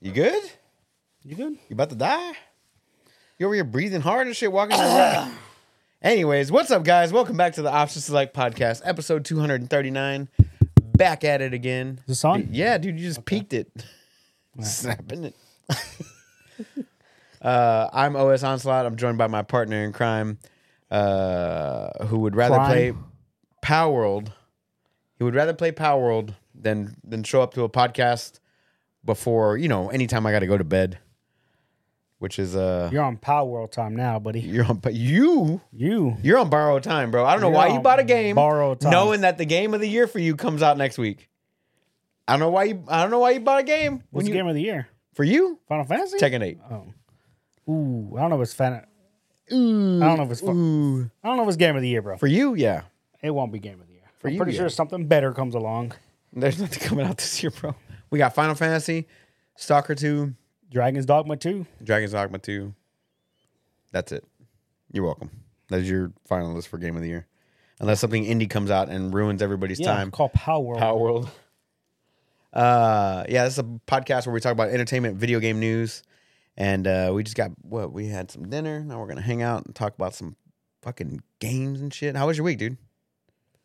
You good? You good? You about to die? You over here breathing hard and shit, walking around. Anyways, what's up, guys? Welcome back to the Options Select Podcast, episode 239. Back at it again. Is this on? Yeah, dude, you just peaked it. Snapping it. uh, I'm OS Onslaught. I'm joined by my partner in crime, uh, who would rather Crime. play Power World. He would rather play Power World than than show up to a podcast before you know. Anytime I got to go to bed, which is uh, You're on Power World time now, buddy. you're on but you You. you're on borrowed time, bro. I don't know You're why you on bought a game borrowed time. knowing that the game of the year for you comes out next week. I don't know why you I don't know why you bought a game when What's you- the game of the year? for you. Final Fantasy? Tekken 8. Ooh, I don't know if it's fan- Ooh. I don't know if it's fu- Ooh. I don't know if it's game of the year, bro. For you, yeah. It won't be game of the year. I'm you, pretty yeah. sure something better comes along. There's nothing coming out this year, bro. We got Final Fantasy, Stalker 2, Dragon's Dogma 2. Dragon's Dogma 2. That's it. You're welcome. That's your final list for game of the year. Unless something indie comes out and ruins everybody's Yeah, time. Call Power World. Power World. Uh, yeah, this is a podcast where we talk about entertainment, video game news, and uh, we just got what we had some dinner. Now we're gonna hang out and talk about some fucking games and shit. How was your week, dude?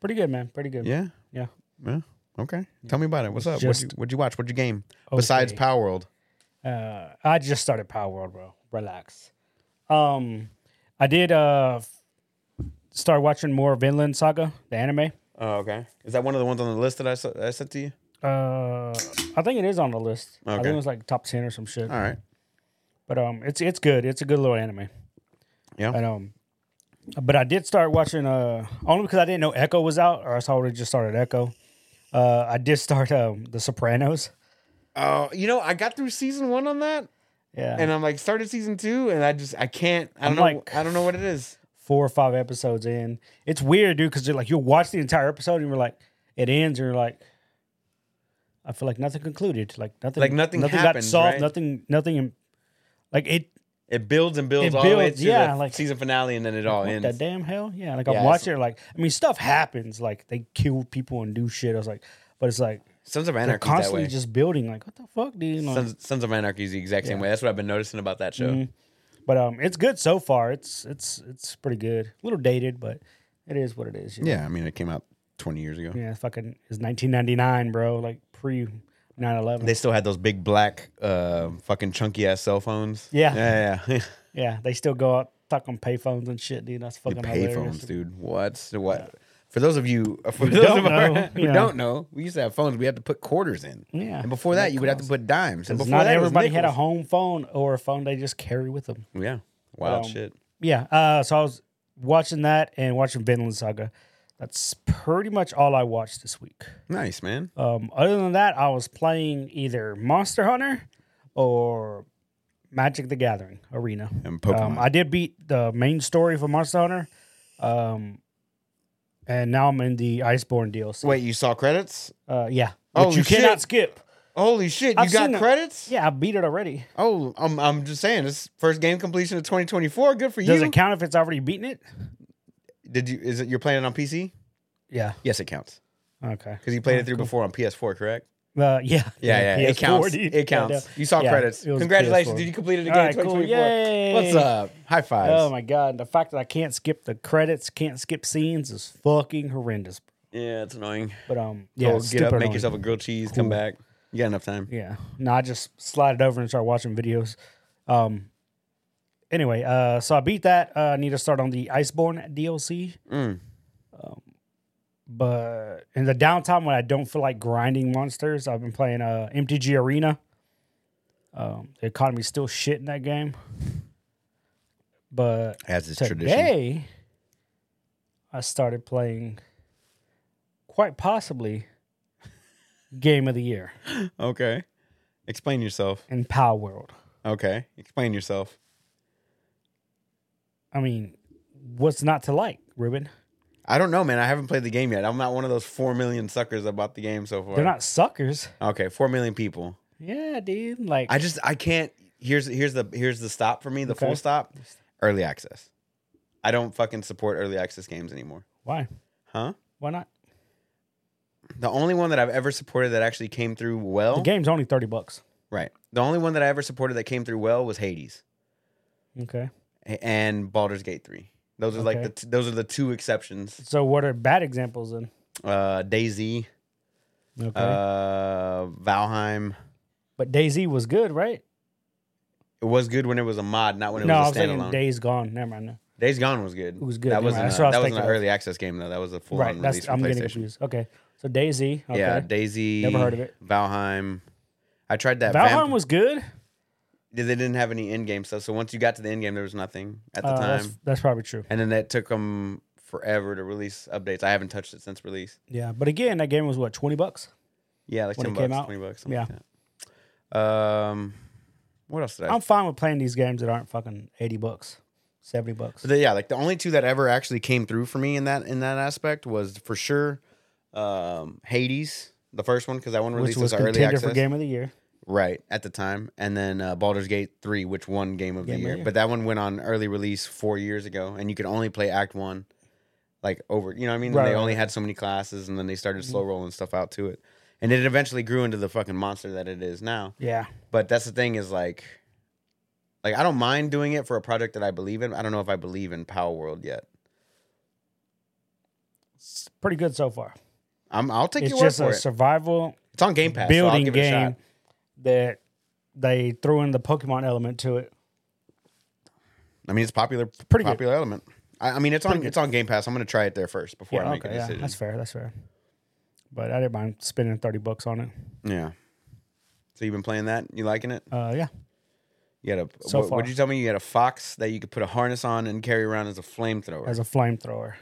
Pretty good, man. Pretty good. Yeah, Yeah. yeah. Okay, tell me about it. What's up? what'd, you, Just- what'd you watch? What'd you game besides Okay. Power World? Uh, I just started Power World, bro. Relax. Um, I did uh f- start watching more Vinland Saga, the anime. Oh, okay. Is that one of the ones on the list that I, s- I sent to you? Uh, I think it is on the list. I think Okay. it was like top ten or some shit. All right. But um, it's it's good. It's a good little anime. Yeah. And um, but I did start watching uh only because I didn't know Echo was out, or else I would have just started Echo. Uh, I did start um The Sopranos. Oh, you know, I got through season one on that, Yeah. and I'm like started season two, and I just I can't. I don't know. like- I don't know what it is. four or five episodes in. It's weird, dude, because like you'll watch the entire episode and you're like, it ends, and you're like, I feel like nothing concluded, like nothing, Like, nothing got happens, solved, right? nothing, nothing, like it. It builds and builds It all the way builds, to yeah, the like- season finale, and then it all What ends. the damn hell? Yeah, like Yeah, I'm it's- watching it, like I mean, stuff happens, like they kill people and do shit. I was like, but it's like Sons of they're Anarchy that way. constantly just building, like what the fuck, dude? Like, Sons, Sons of Anarchy is the exact same way. That's what I've been noticing about that show. but um, it's good so far. It's it's it's pretty good. A little dated, but it is what it is. you know? Yeah, I mean, it came out 20 years ago. Yeah, fucking it's 1999, bro. Like pre 9/11. They still had those big black, uh, fucking chunky ass cell phones. Yeah. yeah, yeah. yeah, they still go out talk on payphones and shit, dude. That's fucking Pay hilarious. phones, dude. What? What? For those of you, uh, for those don't of our, know, who yeah. don't know, we used to have phones. We had to put quarters in. Yeah. And before that, you would have to put dimes. And 'Cause before Not that, it was everybody had a nickels. home phone or a phone they just carry with them. Yeah. Wild Um, shit. Yeah, uh, so I was watching that and watching Vinland Saga. That's pretty much all I watched this week. Nice man. Um, other than that, I was playing either Monster Hunter or Magic the Gathering Arena. And Pokemon. Um, I did beat the main story for Monster Hunter, um, and now I'm in the Iceborne DLC. Wait, you saw credits? uh, yeah, Holy which you cannot shit. skip. Holy shit! You I've got seen it. credits? Yeah, I beat it already. Oh, I'm, I'm just saying, this first game completion of 2024. Good for you. Does it count if it's already beaten it? Did you? Is it you're playing it on PC? Yeah. Yes, it counts Okay. because you played it through before on PS4, correct? Uh, Oh, yeah. Yeah, yeah, it PS4, counts. dude. It counts. Yeah. You saw Yeah, credits. it was Congratulations, PS4. dude! You completed a game. All right, in cool. 2024. Yay. What's up? High fives. Oh my god! The fact that I can't skip the credits, can't skip scenes, is fucking horrendous. yeah, it's annoying. But um, Yeah, yeah, Go it's get up, super make annoying. yourself a grilled cheese, come back. You got enough time. Yeah. No, I just slide it over and start watching videos. Um anyway, uh so I beat that. Uh, I need to start on the Iceborne DLC. Mm. But in the downtime when I don't feel like grinding monsters, I've been playing uh MTG Arena. Um the economy's still shit in that game. But As is tradition. today I started playing quite possibly game of the year Okay. Explain yourself. in Power World. Okay. Explain yourself. I mean, what's not to like, Ruben? I don't know, man. I haven't played the game yet. I'm not one of those four million suckers that bought the game so far. They're not suckers. Okay, four million people. Yeah, dude. Like, I just I can't. Here's here's the here's the stop for me. The Okay. full stop. Early access. I don't fucking support early access games anymore. why? Huh? Why not? The only one that I've ever supported that actually came through well. The game's only thirty bucks. Right. The only one that I ever supported that came through well was Hades Okay. a- and Baldur's Gate 3. Those are like Okay. the t- those are the two exceptions. So what are bad examples then? Uh Daisy, Okay. uh Valheim. but Daisy was good, right? It was good when it was a mod, not when it No, I was was a thinking standalone. Days Gone. Never mind. No. Days Gone was good. It was good, That you're wasn't, right. a- That's what I was that wasn't an thinking of. early access game though. That was a full Right. on release That's from I'm getting PlayStation. confused. Okay. So Daisy. Okay. Yeah, Daisy. Never heard of it. Valheim. I tried that. Valheim Vamp- was good. they didn't have any end game stuff. So once you got to the end game, there was nothing at the Uh, time, That's, that's probably true. and then that took them forever to release updates. I haven't touched it since release. Yeah. But again, that game was what twenty bucks. Yeah, like When ten it came bucks, out? twenty bucks. Something Like that. Um, what else did I? I'm fine with playing these games that aren't fucking eighty bucks, seventy bucks. So the- yeah, like the only two that ever actually came through for me in that in that aspect was for sure um, Hades, the first one, because that one Which released was as early contender access, for game of the year. right at the time, and then uh, Baldur's Gate three, which won Game of the Game of the year. Year. but that one went on early release four years ago, and you could only play Act one, like over. You know what I mean? And Right, they right, Mm-hmm. only had so many classes, and then they started slow rolling stuff out to it, and it eventually grew into the fucking monster that it is now. Yeah. But that's the thing is like, like I don't mind doing it for a project that I believe in. I don't know if I believe in Power World yet. It's pretty good so far. I'm, I'll take It's your word just for a it. survival It's on Game Pass. so I'll building give it a shot. game that they threw in the Pokemon element to it. I mean, it's popular. pretty Pretty good. popular element. I, I mean, it's on good. it's on Game Pass. I'm gonna try it there first before I make a decision. that's fair. That's fair. But I didn't mind spending thirty bucks on it. Yeah. So you've been playing that? You liking it? Uh, yeah, You had a So what, far. would you tell me? You had a fox that you could put a harness on and carry around as a flamethrower. as a flamethrower.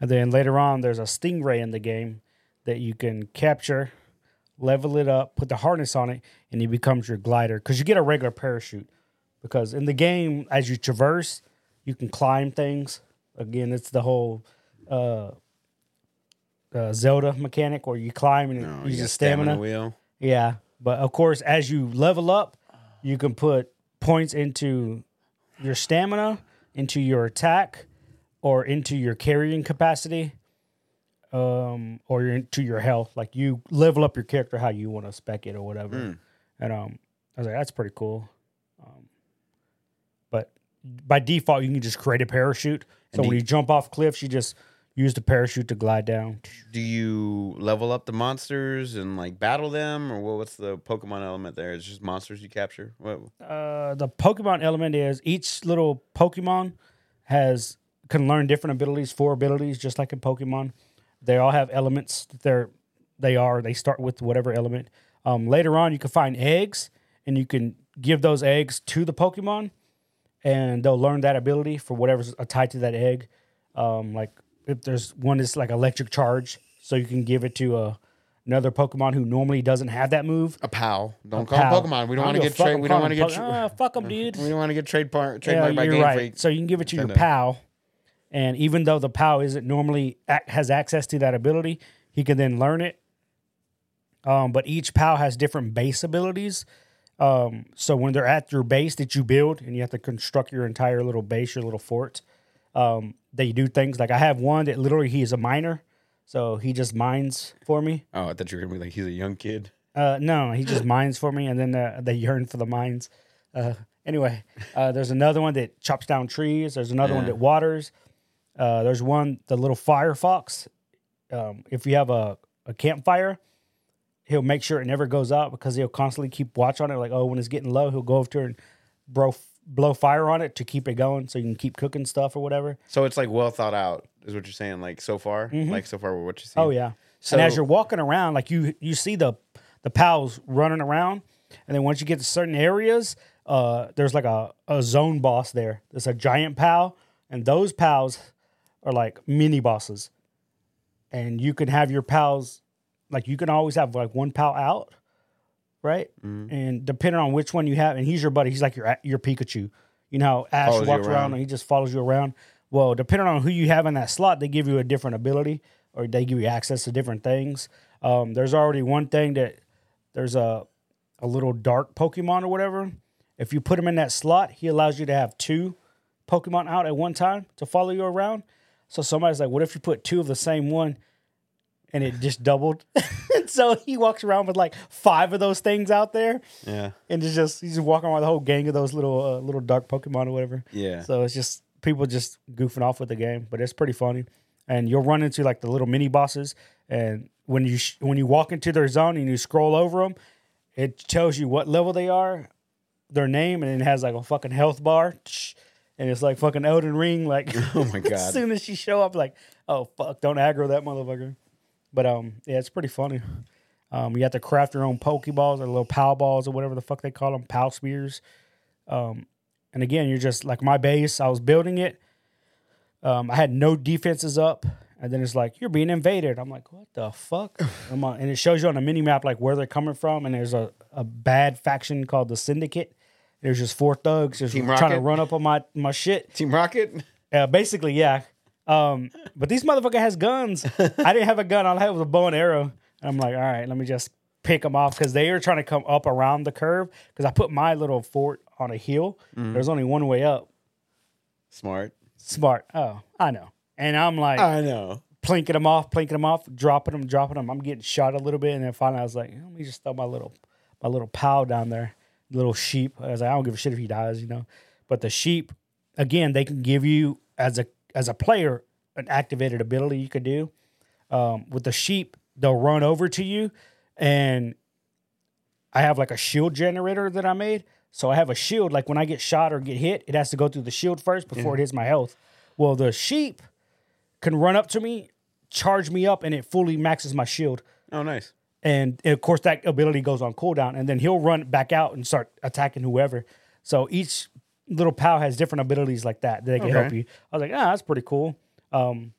And then later on, there's a stingray in the game that you can capture, level it up, put the harness on it, and it becomes your glider. Because you get a regular parachute. Because in the game, as you traverse, you can climb things. Again, it's the whole uh, uh, Zelda mechanic where you climb and it Oh, you uses got stamina. wheel. Yeah, but of course, as you level up, you can put points into your stamina, into your attack, or into your carrying capacity, um, or your, into your health. Like you level up your character how you want to spec it or whatever. Hmm. And um, I was like, that's pretty cool. Um, but by default, you can just create a parachute. So And do when you- you jump off cliffs, you just use the parachute to glide down. Do you level up the monsters and like battle them, or what, what's the Pokemon element there? It's just monsters you capture. What, uh, the Pokemon element is each little Pokemon has can learn different abilities, four abilities, just like in Pokemon. They all have elements that they're they are. They start with whatever element. Um, later on, you can find eggs, and you can give those eggs to the Pokemon, and they'll learn that ability for whatever's tied to that egg. Um, like if there's one that's like electric charge, so you can give it to a, another Pokemon who normally doesn't have that move. a POW. Don't call 'em Pow. Pokemon. We I don't want to give a get fuck, trade. I'm We don't calling want to get. them tra- Pokemon. Ah, fuck them, dude. we don't want to get trade par- Yeah, trademarked by you're Game right. Freak. So you can give it to your Nintendo. pal, and even though the pal isn't normally ac- has access to that ability, he can then learn it. Um, but each pal has different base abilities. Um, so when they're at your base that you build, and you have to construct your entire little base, your little fort, um, they do things like I have one that literally he is a miner, so he just mines for me. Oh, I thought you were gonna be like he's a young kid. Uh, no, he just mines for me, and then uh, they yearn for the mines. Uh, anyway, uh, there's another one that chops down trees. There's another one Yeah. that waters. Uh, there's one, the little firefox. Um, if you have a, a campfire, he'll make sure it never goes out because he'll constantly keep watch on it. Like, oh, when it's getting low, he'll go over to it and bro, blow fire on it to keep it going so you can keep cooking stuff or whatever. So it's like well thought out, is what you're saying. Like so far, like so far, what you see. Mm-hmm. Oh yeah. and as you're walking around, like you you see the the pals running around, and then once you get to certain areas, uh, there's like a, a zone boss there. There's a giant pal, and those pals are like mini bosses, and you can have your pals, like you can always have like one pal out, right? Mm-hmm. And depending on which one you have, and he's your buddy, he's like your your Pikachu. You know how Ash Follows you walks around around. and he just follows you around. Well, depending on who you have in that slot, they give you a different ability or they give you access to different things. Um, there's already one thing that there's a a little dark Pokemon or whatever. If you put him in that slot, he allows you to have two Pokemon out at one time to follow you around. So somebody's like, "What if you put two of the same one?" And it just doubled. so he walks around with like five of those things out there, Yeah. and it's just he's just walking around with a whole gang of those little uh, little dark Pokemon or whatever. Yeah. So it's just people just goofing off with the game, but it's pretty funny. And you'll run into like the little mini bosses, and when you sh- when you walk into their zone and you scroll over them, it tells you what level they are, their name, and it has like a fucking health bar, and it's like fucking Elden Ring. Like, Oh my as god. soon as she show up, like, oh fuck, don't aggro that motherfucker. But um, yeah, it's pretty funny. Um, you have to craft your own pokeballs or little pow balls or whatever the fuck they call them, pow spears. Um, and again, you're just like my base. I was building it. Um, I had no defenses up, and then it's like you're being invaded. I'm like, what the fuck? I'm on, and it shows you on the mini map like where they're coming from. And there's a, a bad faction called the Syndicate. There's just four thugs just Team trying to Rocket? run up on my my shit. Team Rocket. Yeah, basically, yeah. Um, but these motherfucker has guns. I didn't have a gun. All I had was a bow and arrow. And I'm like, all right, let me just pick them off because they are trying to come up around the curve. Because I put my little fort on a hill. There's only one way up. Smart. Smart. Oh, I know. And I'm like I know. plinking them off, plinking them off, dropping them, dropping them. I'm getting shot a little bit, and then finally I was like, let me just throw my little my little pal down there, little sheep. I was like, I don't give a shit if he dies, you know. But the sheep, again, they can give you as a as a player an activated ability you could do. Um, with the sheep, they'll run over to you, and I have like a shield generator that I made. So I have a shield. Like when I get shot or get hit, it has to go through the shield first before it hits my health. Well, the sheep can run up to me, charge me up, and it fully maxes my shield. Oh, nice. And, and of course, that ability goes on cooldown, and then he'll run back out and start attacking whoever. So each little pal has different abilities like that that they can help Okay. you. I was like, ah, that's pretty cool. Um,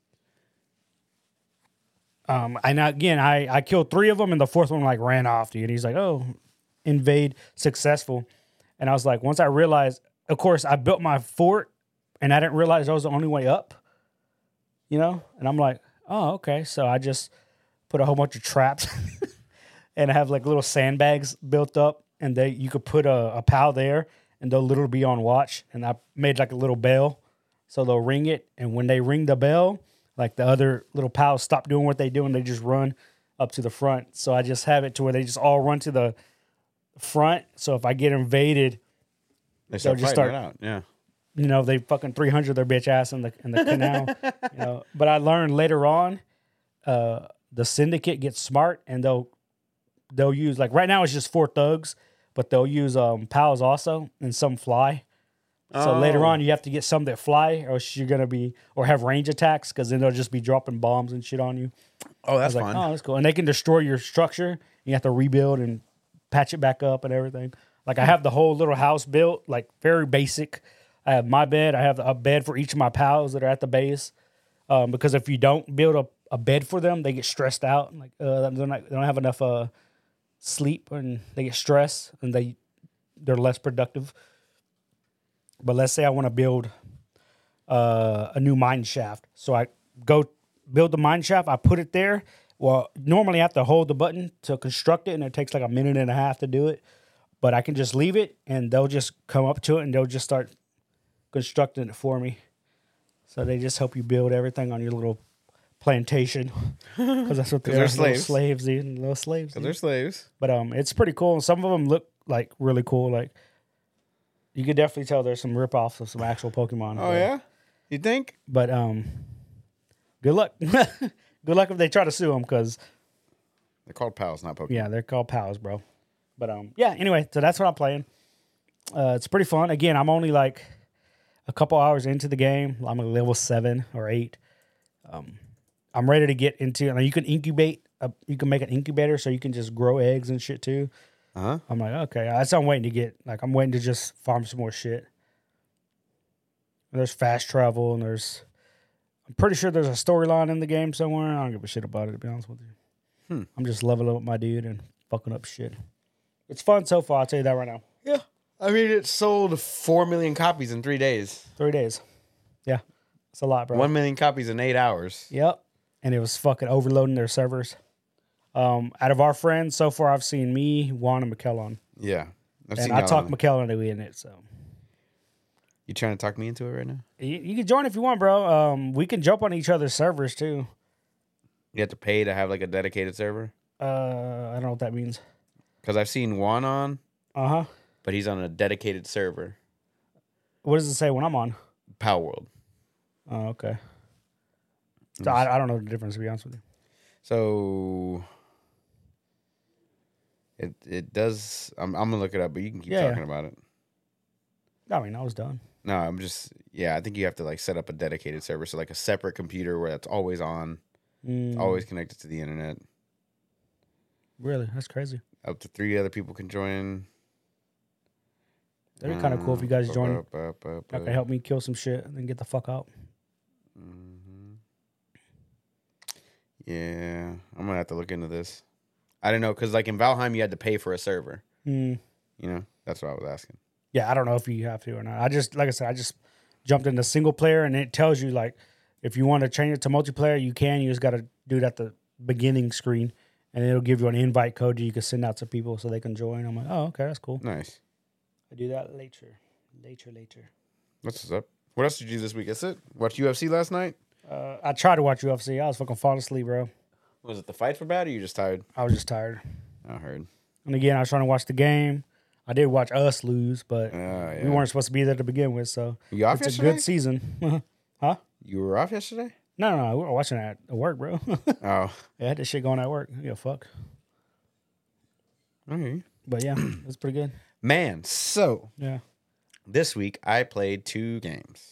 um, and again, I I killed three of them, and the fourth one like ran off, dude. He's like, oh, invade successful, and I was like, once I realized, of course, I built my fort, and I didn't realize I was the only way up, you know. And I'm like, oh, okay. So I just put a whole bunch of traps, and I have like little sandbags built up, and they you could put a, a pal there, and they'll literally be on watch. And I made like a little bell, so they'll ring it, and when they ring the bell, like the other little pals stop doing what they do and they just run up to the front. So I just have it to where they just all run to the front. So if I get invaded, They start just fighting start- it out. Yeah. you know, they fucking 300 their bitch ass in the in the canal. you know, but I learned later on uh the syndicate gets smart and they'll they'll use like right now it's just four thugs, but they'll use um pals also and some fly. So later Oh. on you have to get some that fly or else you're going to be or have range attacks cuz then they'll just be dropping bombs and shit on you. Oh, that's It's fun. like, oh, that's cool. And they can destroy your structure. You have to rebuild and patch it back up and everything. Like I have the whole little house built, like very basic. I have my bed. I have a bed for each of my pals that are at the base. Um, because if you don't build a, a bed for them, they get stressed out. Like uh, they're not, they don't have enough uh, sleep, and they get stressed, and they they're less productive. But let's say I want to build uh, a new mine shaft. So I go build the mine shaft. I put it there. Well, normally I have to hold the button to construct it, and it takes like a minute and a half to do it. But I can just leave it, and they'll just come up to it, and they'll just start constructing it for me. So they just help you build everything on your little plantation, because that's what they they're are, little slaves. slaves, dude, little slaves. So dude. they're slaves. But um, it's pretty cool. And some of them look like really cool. Like you could definitely tell there's some ripoffs of some actual Pokemon. Oh yeah. You think? But um, good luck. good luck if they try to sue them because They're called pals, not Pokemon. yeah, they're called pals, bro. But um, yeah. Anyway, so that's what I'm playing. Uh, it's pretty fun. Again, I'm only like a couple hours into the game. I'm at level seven or eight. Um, I'm ready to get into. And you can incubate. Uh, you can make an incubator, so you can just grow eggs and shit too. Uh huh. I'm like, okay, that's what I'm waiting to get. Like, I'm waiting to just farm some more shit. There's fast travel, and there's, I'm pretty sure there's a storyline in the game somewhere. I don't give a shit about it, to be honest with you. Hmm. I'm just leveling up my dude and fucking up shit. It's fun so far. I'll tell you that right now. Yeah. I mean, it sold four million copies in three days. Three days. Yeah, it's a lot, bro. One million copies in eight hours. Yep. And it was fucking overloading their servers. Um, out of our friends so far, I've seen me, Juan, and McKellon. Yeah. I've And seen I y'all talked on- McKellon to in it, so. You trying to talk me into it right now? You, you can join if you want, bro. Um, we can jump on each other's servers too. You have to pay to have like a dedicated server. Uh, I don't know what that means. Because I've seen Juan on, Uh huh. but he's on a dedicated server, What does it say when I'm on? Power World. Oh, okay. So I, I don't know the difference to be honest with you. So it it does. I'm, I'm gonna look it up, but you can keep Yeah, yeah. talking about it. I mean, I was done. No, I'm just yeah. I think you have to like set up a dedicated server, so like a separate computer where that's always on, Mm, always connected to the internet. really? That's crazy. Up to three other people can join. Uh, That'd be kind of cool if you guys join. That could join. help me kill some shit and then get the fuck out. Mm-hmm. Yeah, I'm gonna have to look into this. I don't know because like in Valheim, you had to pay for a server. Mm. You know, that's what I was asking. Yeah, I don't know if you have to or not. I just, like I said, I just jumped into single player and it tells you, like, if you want to change it to multiplayer, you can. You just got to do it at the beginning screen and it'll give you an invite code that you can send out to people so they can join. I'm like, oh, okay, that's cool. Nice. I do that later. Later, later. What's up? What else did you do this week? That's it. Watch UFC last night. Uh, I tried to watch UFC. I was fucking falling asleep, bro. Was it the fights were bad or you just tired? I was just tired. I heard. And again, I was trying to watch the game. I did watch us lose, but Oh, yeah. Mm-hmm. we weren't supposed to be there to begin with. So You off it's a yesterday? good season. huh? You were off yesterday. No, no, no. We were watching that at work, bro. oh, I had this shit going at work. Yeah, fuck. okay. But yeah, it was pretty good. Man, so Yeah. this week I played two games.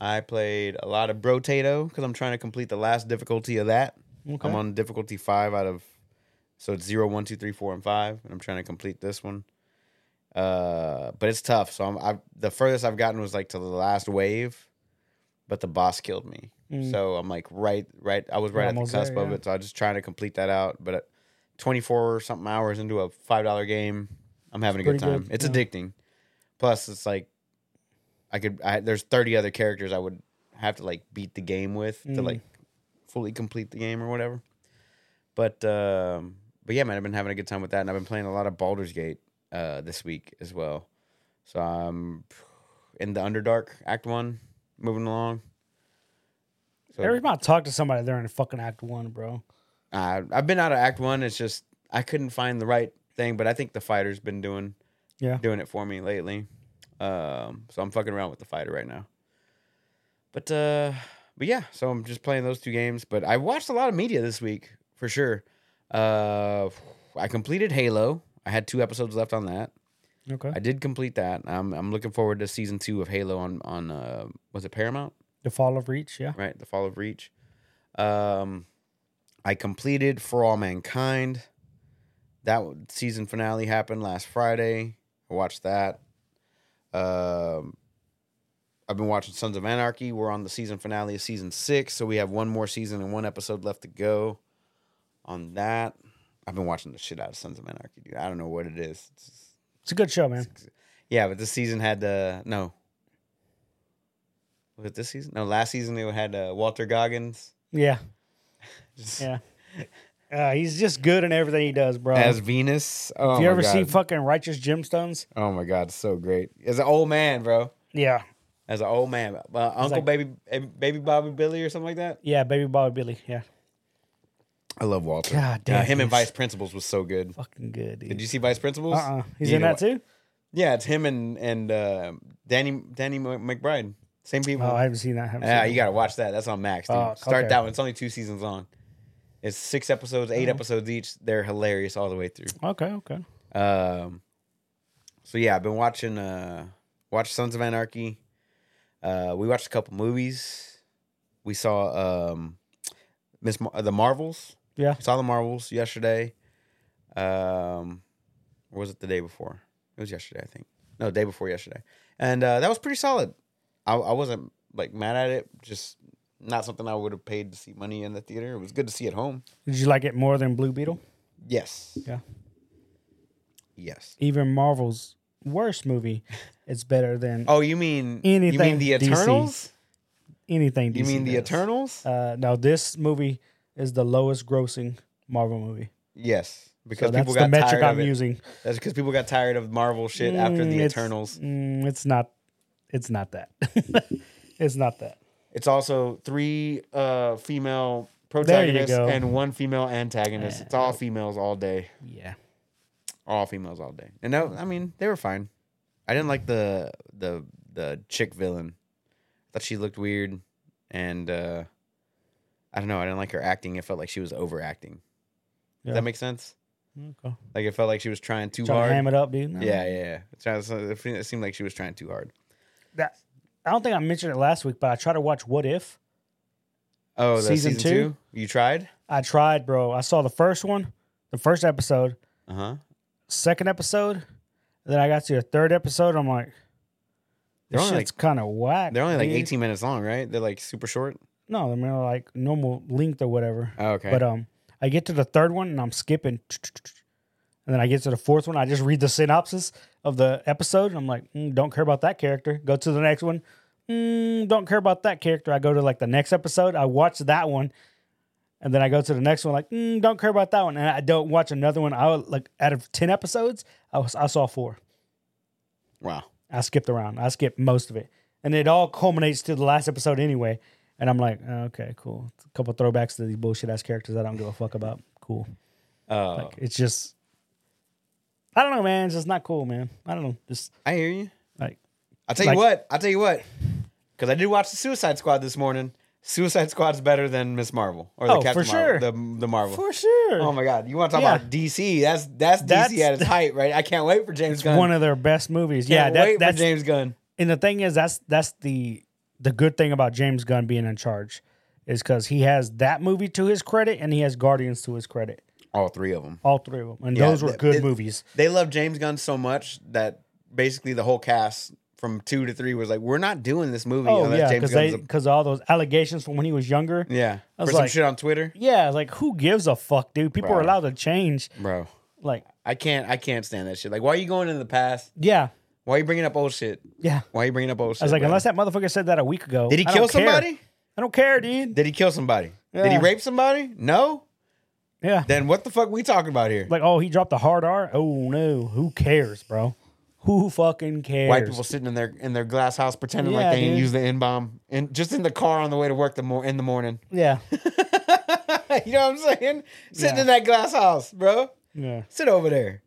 I played a lot of Brotato because I'm trying to complete the last difficulty of that. Okay. I'm on difficulty five out of so it's zero, one, two, three, four, and five, and I'm trying to complete this one. Uh, but it's tough. So I'm I the furthest I've gotten was like to the last wave, but the boss killed me. Mm. So I'm like right, right. I was right at the Almost there, cusp of yeah. it. So I'm just trying to complete that out. But at 24 or something hours into a five dollar game, I'm having a good It's pretty time. good, It's yeah. addicting. Plus, it's like I could. I, there's 30 other characters I would have to like beat the game with to Mm. like fully complete the game or whatever. But um, but yeah, man, I've been having a good time with that, and I've been playing a lot of Baldur's Gate uh, this week as well. So I'm in the Underdark Act One, moving along. So- Every time I talk to somebody, they're in fucking Act One, bro. I, Uh, I've been out of Act One. It's just I couldn't find the right thing, but I think the fighter's been doing Yeah. doing it for me lately. Um, so I'm fucking around with the fighter right now. But uh, but yeah, so I'm just playing those two games. But I watched a lot of media this week for sure. Uh, I completed Halo. I had two episodes left on that. Okay. I did complete that. I'm I'm looking forward to season two of Halo on on uh, was it Paramount? the Fall of Reach, yeah. right? The Fall of Reach. Um, I completed For All Mankind. That w- season finale happened last Friday. I watched that. Um, I've been watching Sons of Anarchy. We're on the season finale of season six, so we have one more season and one episode left to go on that. I've been watching the shit out of Sons of Anarchy, dude. I don't know what it is. It's just- It's a good show, man. yeah, but this season had uh, no. Was it this season? No, last season they had uh, Walter Goggins Yeah. Just- Yeah. Uh, he's just good in everything he does, bro. as Venus. Oh if you my ever see God. fucking Righteous Gemstones, oh my god, so great as an old man, bro. yeah. As an old man, uh, Uncle like- Baby eh, Baby Bobby Billy or something like that. Yeah, Baby Bobby Billy. Yeah. I love Walter. God Yeah, damn, Uh, him and he's- Vice Principals was so good. Fucking good, dude. Did you see Vice Principals? Uh-uh. He's You in know that too? Yeah, it's him and and uh, Danny Danny Mc- McBride. Same people. Oh, I haven't seen that. I haven't Uh-huh. Yeah, seen you gotta watch that. That's on Max. Dude. Oh, Start okay. that one. It's only two seasons long. It's six episodes, Uh-huh. 8 episodes each. They're hilarious all the way through. that. Okay, okay. Um, so yeah, I've been watching uh, watch Sons of Anarchy. Uh, we watched a couple movies. We saw um, Miss Mar- the Marvels. Yeah. saw the Marvels yesterday. Um, or was it the day before? It was yesterday, I think. No, the day before yesterday, and uh, that was pretty solid. I, I wasn't like mad at it. Just not something I would have paid to see money in the theater. It was good to see at home. Did you like it more than Blue Beetle? Yes. Yeah. Yes. Even Marvel's worst movie is better than Oh, you mean You mean Anything the DC. Eternals? anything. You DC mean the does. Eternals? Uh, no, this movie is the lowest grossing Marvel movie. yes, So because that's people the got metric tired I'm of it. using. That's because people got tired of Marvel shit after Mm, the it's- Eternals. mm, it's not. It's not that. it's not that. It's also three uh, female There protagonist you go. and one female antagonist. It's all females all day. Yeah. all females all day. And no, I mean they were fine. I didn't like the the the chick villain. I thought she looked weird, and uh I don't know. I didn't like her acting. It felt like she was overacting. Does Yeah. that make sense? Okay. Like it felt like she was trying too Trying hard. to ham it up, dude. No. yeah, yeah, yeah. It's trying- so It fe- it seemed like she was trying too hard. That, I don't think I mentioned it last week, but I tried to watch What If. Oh, the Season season, two? two? You tried? I tried, bro. I saw the first one, the first episode, Uh Uh-huh. huh. second episode, then I got to the third episode. I'm like, They're this only shit's kind of whack. They're only like dude. 18 minutes long, right? They're like super short. No, I mean like normal length or whatever. Oh, okay. But um, I get to the third one and I'm skipping, and then I get to the fourth one. I just read the synopsis of the episode and I'm like, mm, don't care about that character. Go to the next one. Mm, don't care about that character. I go to like the next episode. I watch that one, and then I go to the next one. Like, mm, don't care about that one. And I don't watch another one. I was like out of ten episodes, I was I saw four. wow. I skipped around. I skipped most of it, and it all culminates to the last episode anyway. And I'm like, "Oh, okay, cool. It's a couple throwbacks to these bullshit ass characters I don't give a fuck about. Cool. Uh, Like it's just, I don't know, man. It's just not cool, man. I don't know. Just I hear you. like I'll tell Like- you what. I'll tell you what. Because I did watch the Suicide Squad this morning. Suicide Squad's better than Miss Marvel or the Oh, Captain for Marvel, sure. the the Marvel. for sure, Oh my God! You want to talk Yeah. about DC? That's that's DC That's- at its height, right? I can't wait for James Gunn. one of their best movies. Can't Yeah, that, wait that's for James Gunn. and the thing is that's that's the the good thing about James Gunn being in charge is because he has that movie to his credit and he has Guardians to his credit. All three of them. All three of them, and Yeah, those were th- good it- movies. They love James Gunn so much that basically the whole cast from two to three was like, "We're not doing this movie Oh unless yeah, James because Gunn's." they A, because all those allegations from when he was younger. yeah, for I was some like- shit on Twitter, Yeah, like who gives a fuck, dude? People are Right. allowed to change. bro. Like, I can't. I can't stand that shit. Like, why are you going into the past? yeah, Why are you bringing up old shit? yeah. Why are you bringing up old shit? I was like, bro? unless that motherfucker said that a week ago. did he I kill don't care. somebody? I don't care, dude. Did he kill somebody? Did he Yeah. rape somebody? No. Yeah. Then what the fuck we talking about here? Like, oh, he dropped a hard R. Oh no, who cares, bro? Who fucking cares? White people sitting in their in their glass house pretending Yeah, like they didn't dude. Use use the N bomb and just in the car on the way to work the mor- in the morning. Yeah, you know what I'm saying? Sitting Yeah. in that glass house, bro. yeah. Sit over there.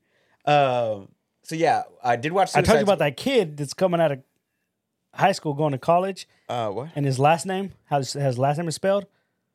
Um. So yeah, I did watch. I Suicide told you about that kid that's coming out of high school, going to college, Uh, what? and his last name, how his, his last name is spelled?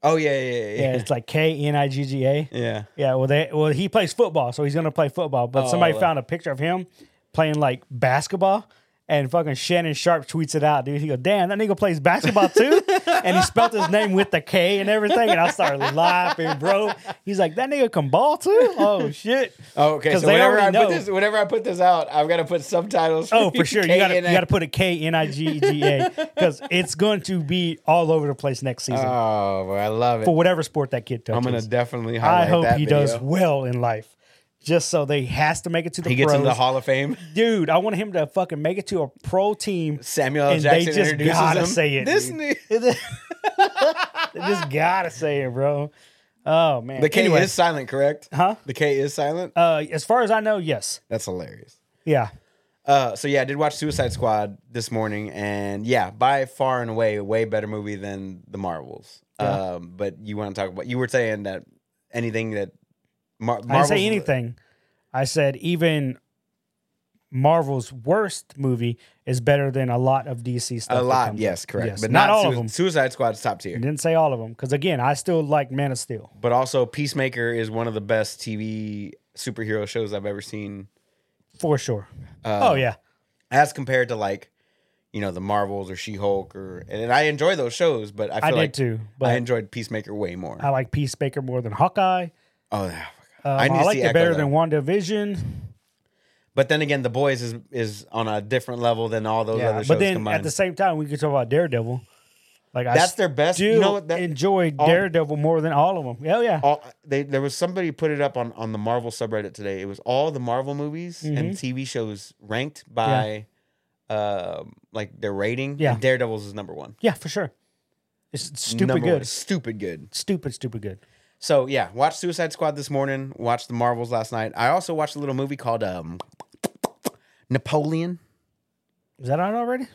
Oh yeah, yeah, yeah, Yeah, yeah. it's like K N I G G A. yeah. Yeah, well, they well he plays football, so he's gonna play football. But Oh, somebody well. found a picture of him playing like basketball, and fucking Shannon Sharp tweets it out, dude. He go, "Damn, that nigga plays basketball too," and he spelt his name with the K and everything. And I started laughing, bro. He's like, "That nigga can ball too." Oh shit! Oh, okay. 'Cause So they whenever I already put know. this, whenever I put this out, I've got to put subtitles. Oh, for sure. You gotta you KNA. gotta put a K N I G E G A because it's going to be all over the place next season Oh, boy, I love it. for whatever sport that kid touches. I'm gonna definitely. I Highlight hope that he video. does well in life. Just so they has to make it to the He gets pros. into the Hall of Fame. dude, I want him to fucking make it to a pro team. Samuel L. And they Jackson just introduces gotta him. say it, This dude. new- They just gotta say it, bro. Oh man. the K Anyway, is silent, correct? Huh? The K is silent. uh, as far as I know, yes. That's hilarious. Yeah. Uh, so yeah, I did watch Suicide Squad this morning, and yeah, by far and away, a way better movie than the Marvels. Um, but you want to talk about? You were saying that anything that Mar- I didn't Marvels say anything. I said even Marvel's worst movie is better than a lot of DC stuff. a that lot. comes Yes, out. correct. Yes. But not, not, all Sui- of them. Suicide Squad's top tier. Didn't say all of them because again, I still like Man of Steel. But also, Peacemaker is one of the best TV superhero shows I've ever seen. For sure. Uh, oh yeah. as compared to like you know the Marvels or She Hulk or and I enjoy those shows, but I feel I, did like too. I But enjoyed Peacemaker way more. I, like Peace Baker more than Hawkeye. oh yeah. Um, I I, need to like see it Echo, better though. than WandaVision. But then again, The Boys is is on a different level than all those Yeah, other shows but then combined. at the same time, we could talk about Daredevil. Like That's I their best. do You know what? That, enjoy all- Daredevil more than all of them. Hell yeah, all, they, there was somebody put it up on, on the Marvel subreddit today. It was all the Marvel movies Mm-hmm. and TV shows ranked by um, like their rating. Yeah. And Daredevils is number one. yeah, for sure. It's stupid Number good, One. Stupid good. stupid, stupid good. So yeah, watched Suicide Squad this morning. Watched the Marvels last night. I also watched a little movie called um, Napoleon. Is that out already?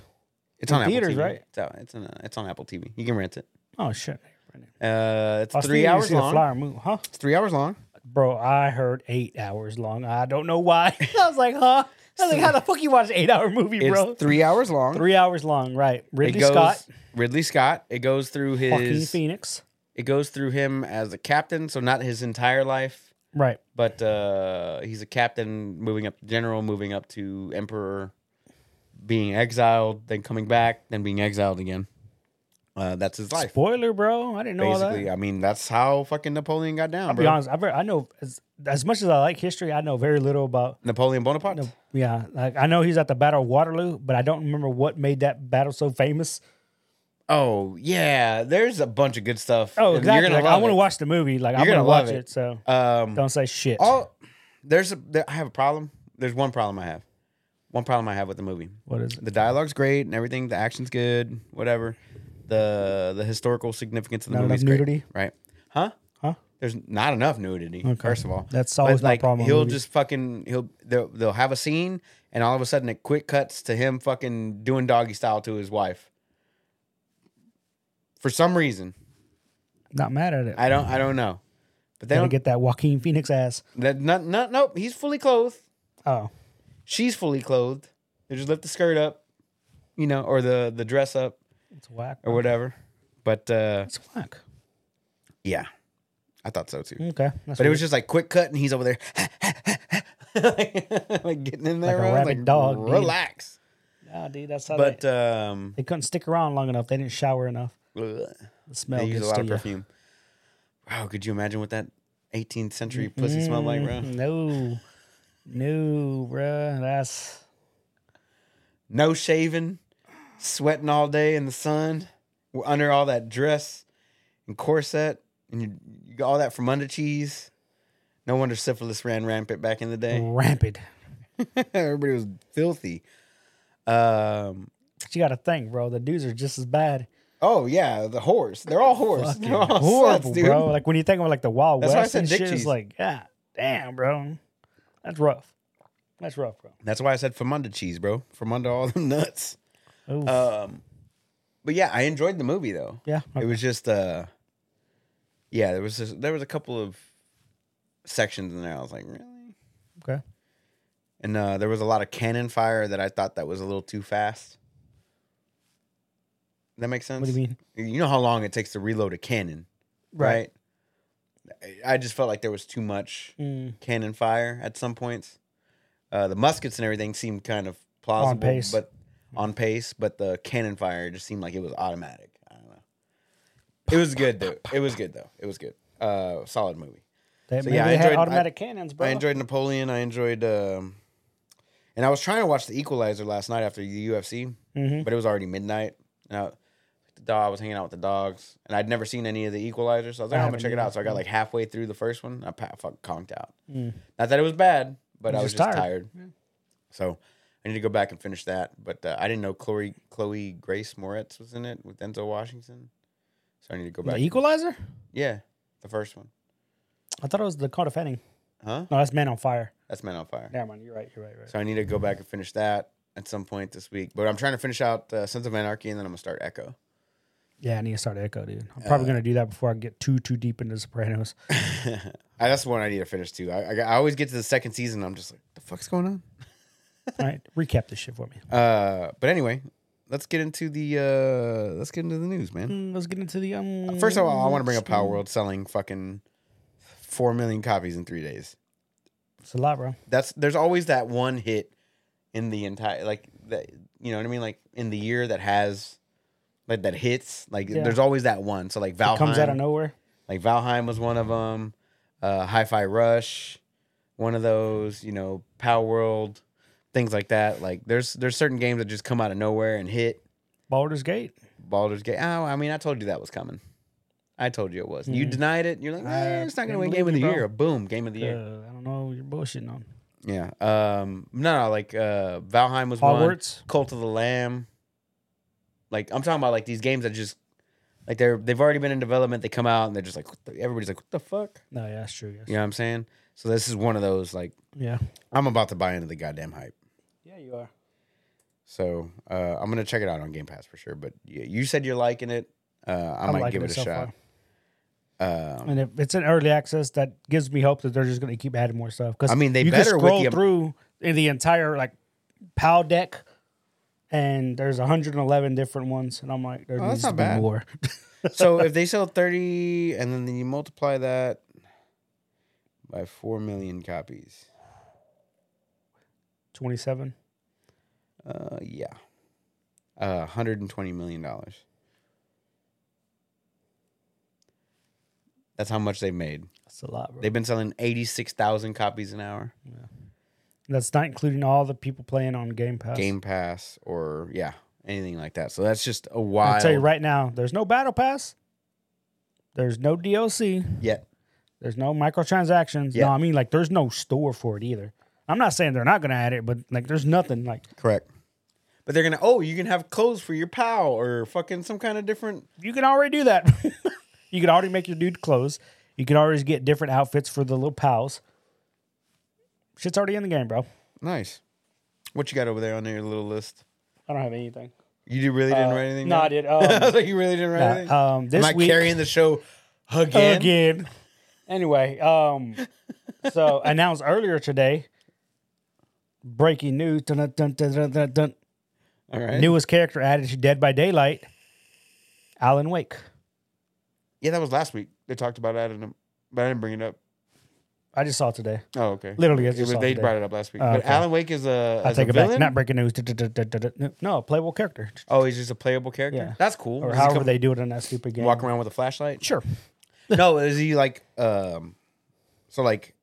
It's In on Apple theaters, TV. right? It's, out- it's on, it's on Apple TV. You can rent it. Oh shit! right now. Uh, it's I still need three to hours see the long. flyer move, huh? It's three hours long. Bro, I heard eight hours long. I don't know why. I was like, huh? I was like, how the fuck you watch an eight hour movie, It's bro? three hours long. Three hours long, right? Ridley it goes, Scott, Ridley Scott. It goes through Joaquin his. Phoenix, It goes through him as a captain, so not his entire life, right? but uh, he's a captain, moving up to general, moving up to emperor, being exiled, then coming back, then being exiled again. Uh, that's his life. Spoiler, bro. I didn't know all that. Basically, I mean, that's how fucking Napoleon got down, I'll bro. be honest. I, ver- I know as, as much as I like history, I know very little about. Napoleon Bonaparte. Yeah, like I know he's at the Battle of Waterloo, but I don't remember what made that battle so famous. Oh yeah, there's a bunch of good stuff. Oh, and exactly. like, I love want to it. watch the movie. Like You're I gonna want to love watch it. it. So Um, don't say shit. all there's a there, I have a problem. There's one problem I have. One problem I have with the movie. what is it? The dialogue's great and everything. The action's good. Whatever. The the historical significance of the Not movie's enough great. nudity? Right? Huh? Huh? There's not enough nudity. First of all, That's But, always my like, problem with He'll movies. just fucking he'll they'll, they'll have a scene and all of a sudden it quick cuts to him fucking doing doggy style to his wife. For some reason, Not mad at it. I I don't I don't know, but they gotta don't get that Joaquin Phoenix ass. That not not nope. He's fully clothed. Oh, She's fully clothed. They just lift the skirt up, you know, or the the dress up it's whack. or whatever. But uh It's whack. yeah, I thought so too. Okay, that's But it was just like quick cut, and he's over there, like, getting in there, Like I a was rabid dog, dude. Relax. nah, dude. That's how But they, um, they couldn't stick around long enough. They didn't shower enough. ugh, The they smell use gets a lot to of you. perfume. Wow, could you imagine what that 18th century pussy smelled like, bro? Mm, No, no, bruh. That's no shaving, sweating all day in the sun, w- under all that dress and corset, and you, you got all that from under cheese. No wonder syphilis ran rampant back in the day. rampant. Mm. Everybody was filthy. Um. But you got to think, bro. The dudes are just as bad. Oh yeah, the whores. They're all whores. They're all horrible, sluts, dude. bro. Like when you think about like the Wild That's why I West said and dick shit, it's cheese. like, God damn, bro. That's rough. That's rough, bro. That's why I said from under cheese, bro. From under all the nuts. Oof. Um. But yeah, I enjoyed the movie though. yeah. It was just uh yeah, there was just, there was a couple of sections in there. I was like, really? Okay. And uh, there was a lot of cannon fire that I thought that was a little too fast. That makes sense. What do you mean? You know how long it takes to reload a cannon, right? I I just felt like there was too much Mm, cannon fire at some points. Uh, the muskets and everything seemed kind of plausible, pace. but on pace. But the cannon fire just seemed like it was automatic. I don't know. It was good though. It was good though. It was good. Uh, solid movie. they, So, maybe yeah, I they had enjoyed- I- automatic cannons, bro. I enjoyed Napoleon. I enjoyed. Um, and I was trying to watch The Equalizer last night after the UFC, Mhm. but it was already midnight. And I, the dog, I was hanging out with the dogs, and I'd never seen any of the Equalizers, so I was like, "Oh, I "I'm gonna haven't check it either. out." So I got like halfway through the first one, and I pa- fuck conked out. Mm. Not that it was bad, but You're I was just just tired. tired. So I need to go back and finish that. But uh, I didn't know Chloe Chloe Grace Moretz was in it with Denzel Washington, so I need to go The back. Equalizer? yeah, the first one, I thought it was the Dakota Fanning. huh? No, that's Man on Fire. That's Man on Fire. Never mind. You're right. You're right. Right. So I need to go back and finish that at some point this week. But I'm trying to finish out uh, Sons of Anarchy, and then I'm gonna start Echo. yeah, I need to start Echo, dude. I'm Uh, probably gonna do that before I get too too deep into Sopranos. I, that's the one I need to finish too. I, I, I always get to the second season, and I'm just like, the fuck's going on? All right, recap this shit for me. Uh, but anyway, let's get into the uh, let's get into the news, man. Mm, let's get into the um. First of all, I want to bring up Mm-hmm. Power World selling fucking four million copies in three days. It's a lot, bro. That's there's always that one hit in the entire like that you know what I mean like in the year that has like that hits like Yeah. there's always that one. So like Valheim It comes out of nowhere. like Valheim was one of them. Uh, Hi-Fi Rush, one of those. You know, Power World, things like that. Like there's there's certain games that just come out of nowhere and hit. Baldur's Gate. Baldur's Gate. Oh, I mean, I told you that was coming. I told you it was. You denied it. You're like, eh, it's not gonna didn't win Game of the Hmm. believe you, bro. Year. Boom, Game of the Year. Uh, I don't know. You're bullshitting on. Yeah. Um. No, no. Like, uh, Valheim was one. Hogwarts. Cult of the Lamb. Like, I'm talking about like these games that just like they're they've already been in development. They come out and they're just like what the- everybody's like, what the fuck? No, yeah, that's true. Yes. You know what I'm saying? So this is one of those like Yeah. I'm about to buy into the goddamn hype. Yeah, you are. So uh, I'm gonna check it out on Game Pass for sure. But yeah, you said you're liking it. Uh, I I'm might liking give it it a so shot. far. Um, And if it's an early access, that gives me hope that they're just going to keep adding more stuff. Because I mean, they you better can with scroll the am- through in the entire like PAL deck, and there's 111 different ones, and I'm like, there Oh, that's needs not to be bad. more. so if they sell 30 and then you multiply that by 4 million copies. 27. Uh, yeah. Uh, $120 million. That's how much they've made. That's a lot, bro. They've been selling 86,000 copies an hour. That's not including all the people playing on Game Pass. Game Pass or, yeah, anything like that. So that's just a I wild. tell you right now, there's no Battle Pass. There's no DLC. Yeah. There's no microtransactions. Yeah. No, I mean like there's no store for it either. I'm not saying they're not going to add it, but like there's nothing like Correct. But they're going to, oh, you can have clothes for your pal or fucking some kind of different. you can already do that. you can already make your dude clothes. You can always get different outfits for the little pals. Shit's already in the game, bro. Nice. What you got over there on your little list? I don't have anything. You did- really didn't write anything? Uh, down? no, I did, um, I was like, you really didn't write Nah, anything? um, this Am I week- carrying the show again? Again. Anyway, um, so announced earlier today, breaking news. Dun, dun, dun, dun, dun, dun, dun. All right. Newest character added to Dead by Daylight, Alan Wake. Yeah, that was last week. They talked about adding them, but I didn't bring it up. I just saw it today. Oh, okay. Literally, I It just was- saw it they today. brought it up last week. Oh, but okay. Alan Wake is a, I as a take it back. villain? Not breaking news. Duh, duh, duh, duh, duh, duh. No, a playable character. oh, he's just a playable character. Yeah. That's cool. Or Does he however come- they do it in that stupid game. walk around with a flashlight. Sure. no, is he like um? So like,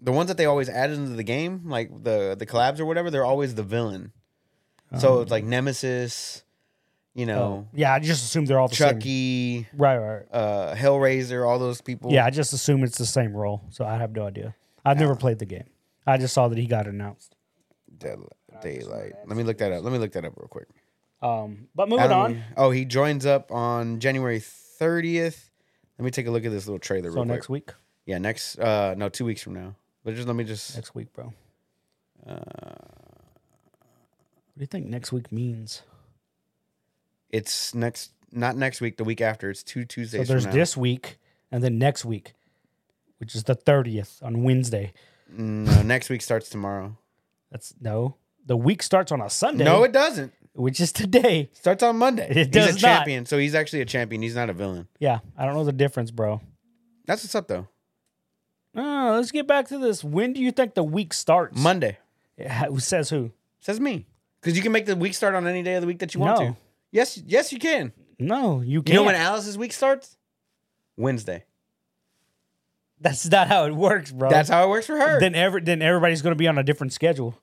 the ones that they always added into the game, like the the collabs or whatever, they're always the villain. So Oh. it's like Nemesis, you know, Yeah, I just assume they're all Oh, the same. Chucky, Right, right. right. uh, Hellraiser, all those people. Yeah, I just assume it's the same role. So I have no idea. I've never played the game. I just saw that he got announced. Dead, daylight. Let me look that up. Let me look that up real quick. Um, but moving Alan- on. Oh, he joins up on January thirtieth. Let me take a look at this little trailer. So real next quick. week, Yeah, next. Uh, no, two weeks from now. But just let me just. next week, bro. What Uh, do you think next week means? It's next, not next week, the week after. It's two So Tuesdays. there's from now. this week and then next week, which is the thirtieth on Wednesday. No, next week starts tomorrow. That's no. The week starts on a Sunday, No, it doesn't. which is today. Starts on Monday. It he's does a not. champion, so he's actually a champion. He's not a villain. Yeah, I don't know the difference, bro. That's what's up though. Oh, let's get back to this. When do you think the week starts? Monday It ha- who says who? says me because you can make the week start on any day of the week that you want No. to. Yes, yes, you can. No, you You can't. know when Alice's week starts? Wednesday. That's not how it works, bro. That's how it works for her. then every then everybody's going to be on a different schedule.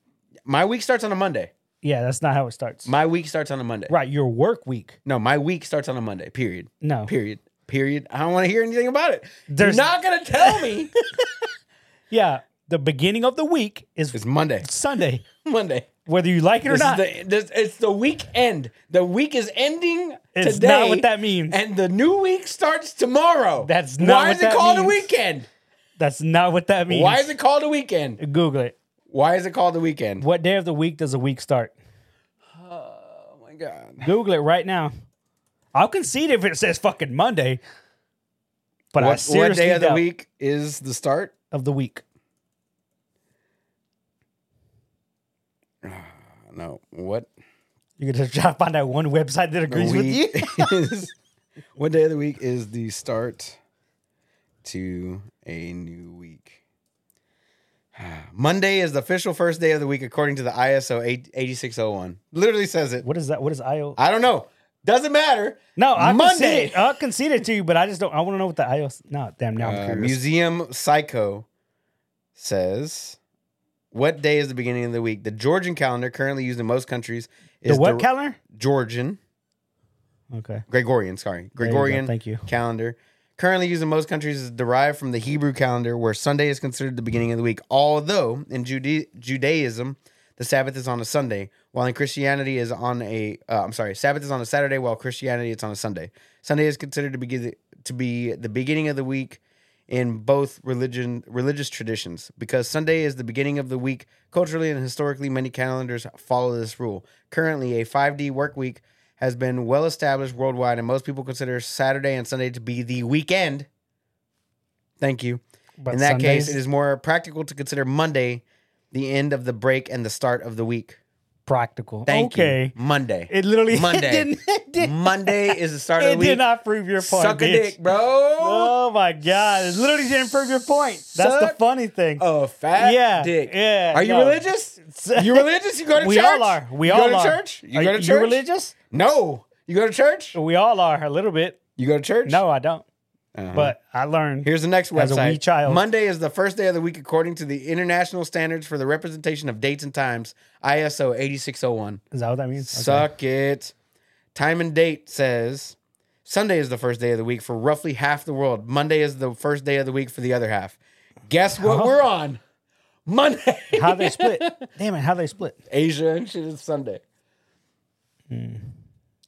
my week starts on a Monday. Yeah, that's not how it starts. My week starts on a Monday. right, your work week. No, my week starts on a Monday. Period. No, Period. Period. I don't want to hear anything about it. There's- You're not gonna tell me. yeah, the beginning of the week is it's Monday. Sunday, Monday. whether you like it or This is not. the, this, it's the weekend. The week is ending It's today. not what that means. And the new week starts tomorrow. That's not Why is what it that called a means. weekend? that's not what that means. Why is it called a weekend? Google it. Why is it called a weekend? What day of the week does a week start? Oh my god. Google it right now. I'll concede if it says fucking Monday. But I What, what seriously day of the doubt week is the start? of the week. No. What You can just try to find out one website that agrees with you. is What day of the week is the start to a new week? Monday is the official first day of the week according to the ISO 8- 8601. Literally says it. What is that? What is IO? I don't know. Doesn't matter. No, I Monday. Monday. I'll concede it to you, but I just don't. I want to know what the IO. No, damn. Now I'm Uh, curious. Museum Psycho says, "What day is the beginning of the week? The Georgian calendar, currently used in most countries, the is what calendar? Georgian Okay. Gregorian. Sorry, There you go. Gregorian Thank you. calendar." Currently used in most countries is derived from the Hebrew calendar, where Sunday is considered the beginning of the week. Although in Jude- Judaism, the Sabbath is on a Sunday, while in Christianity is on a uh, I'm sorry, Sabbath is on a Saturday, while Christianity it's on a Sunday. Sunday is considered to be to be the beginning of the week in both religion religious traditions because Sunday is the beginning of the week culturally and historically many calendars follow this rule. Currently a 5D work week has been well established worldwide and most people consider Saturday and Sunday to be the weekend Thank you. But In that case, Sundays, it is more practical to consider Monday the end of the break and the start of the week. practical. Thank okay. you. Monday. It literally Monday. It didn't, it did, Monday is the start of it the week. did not prove your point. Suck a bitch. dick, bro. Oh my god! It literally didn't prove your point. That's the Suck funny thing. A fat Yeah, dick. yeah, Are you no. religious? You religious? You go to we church? all are. We you all go to are. church? You Are go to church? You religious? No. You go to church? We all are a little bit. You go to church? No, I don't. Uh-huh. But I learned. Here's the next website. As a wee child. Monday is the first day of the week according to the International Standards for the Representation of Dates and Times, ISO 8601. is that what that means? Okay. Suck it. Time and date says Sunday is the first day of the week for roughly half the world. Monday is the first day of the week for the other half. Guess what we're on? Monday. How they split? Damn it! How they split? Asia and shit is Sunday. Hmm.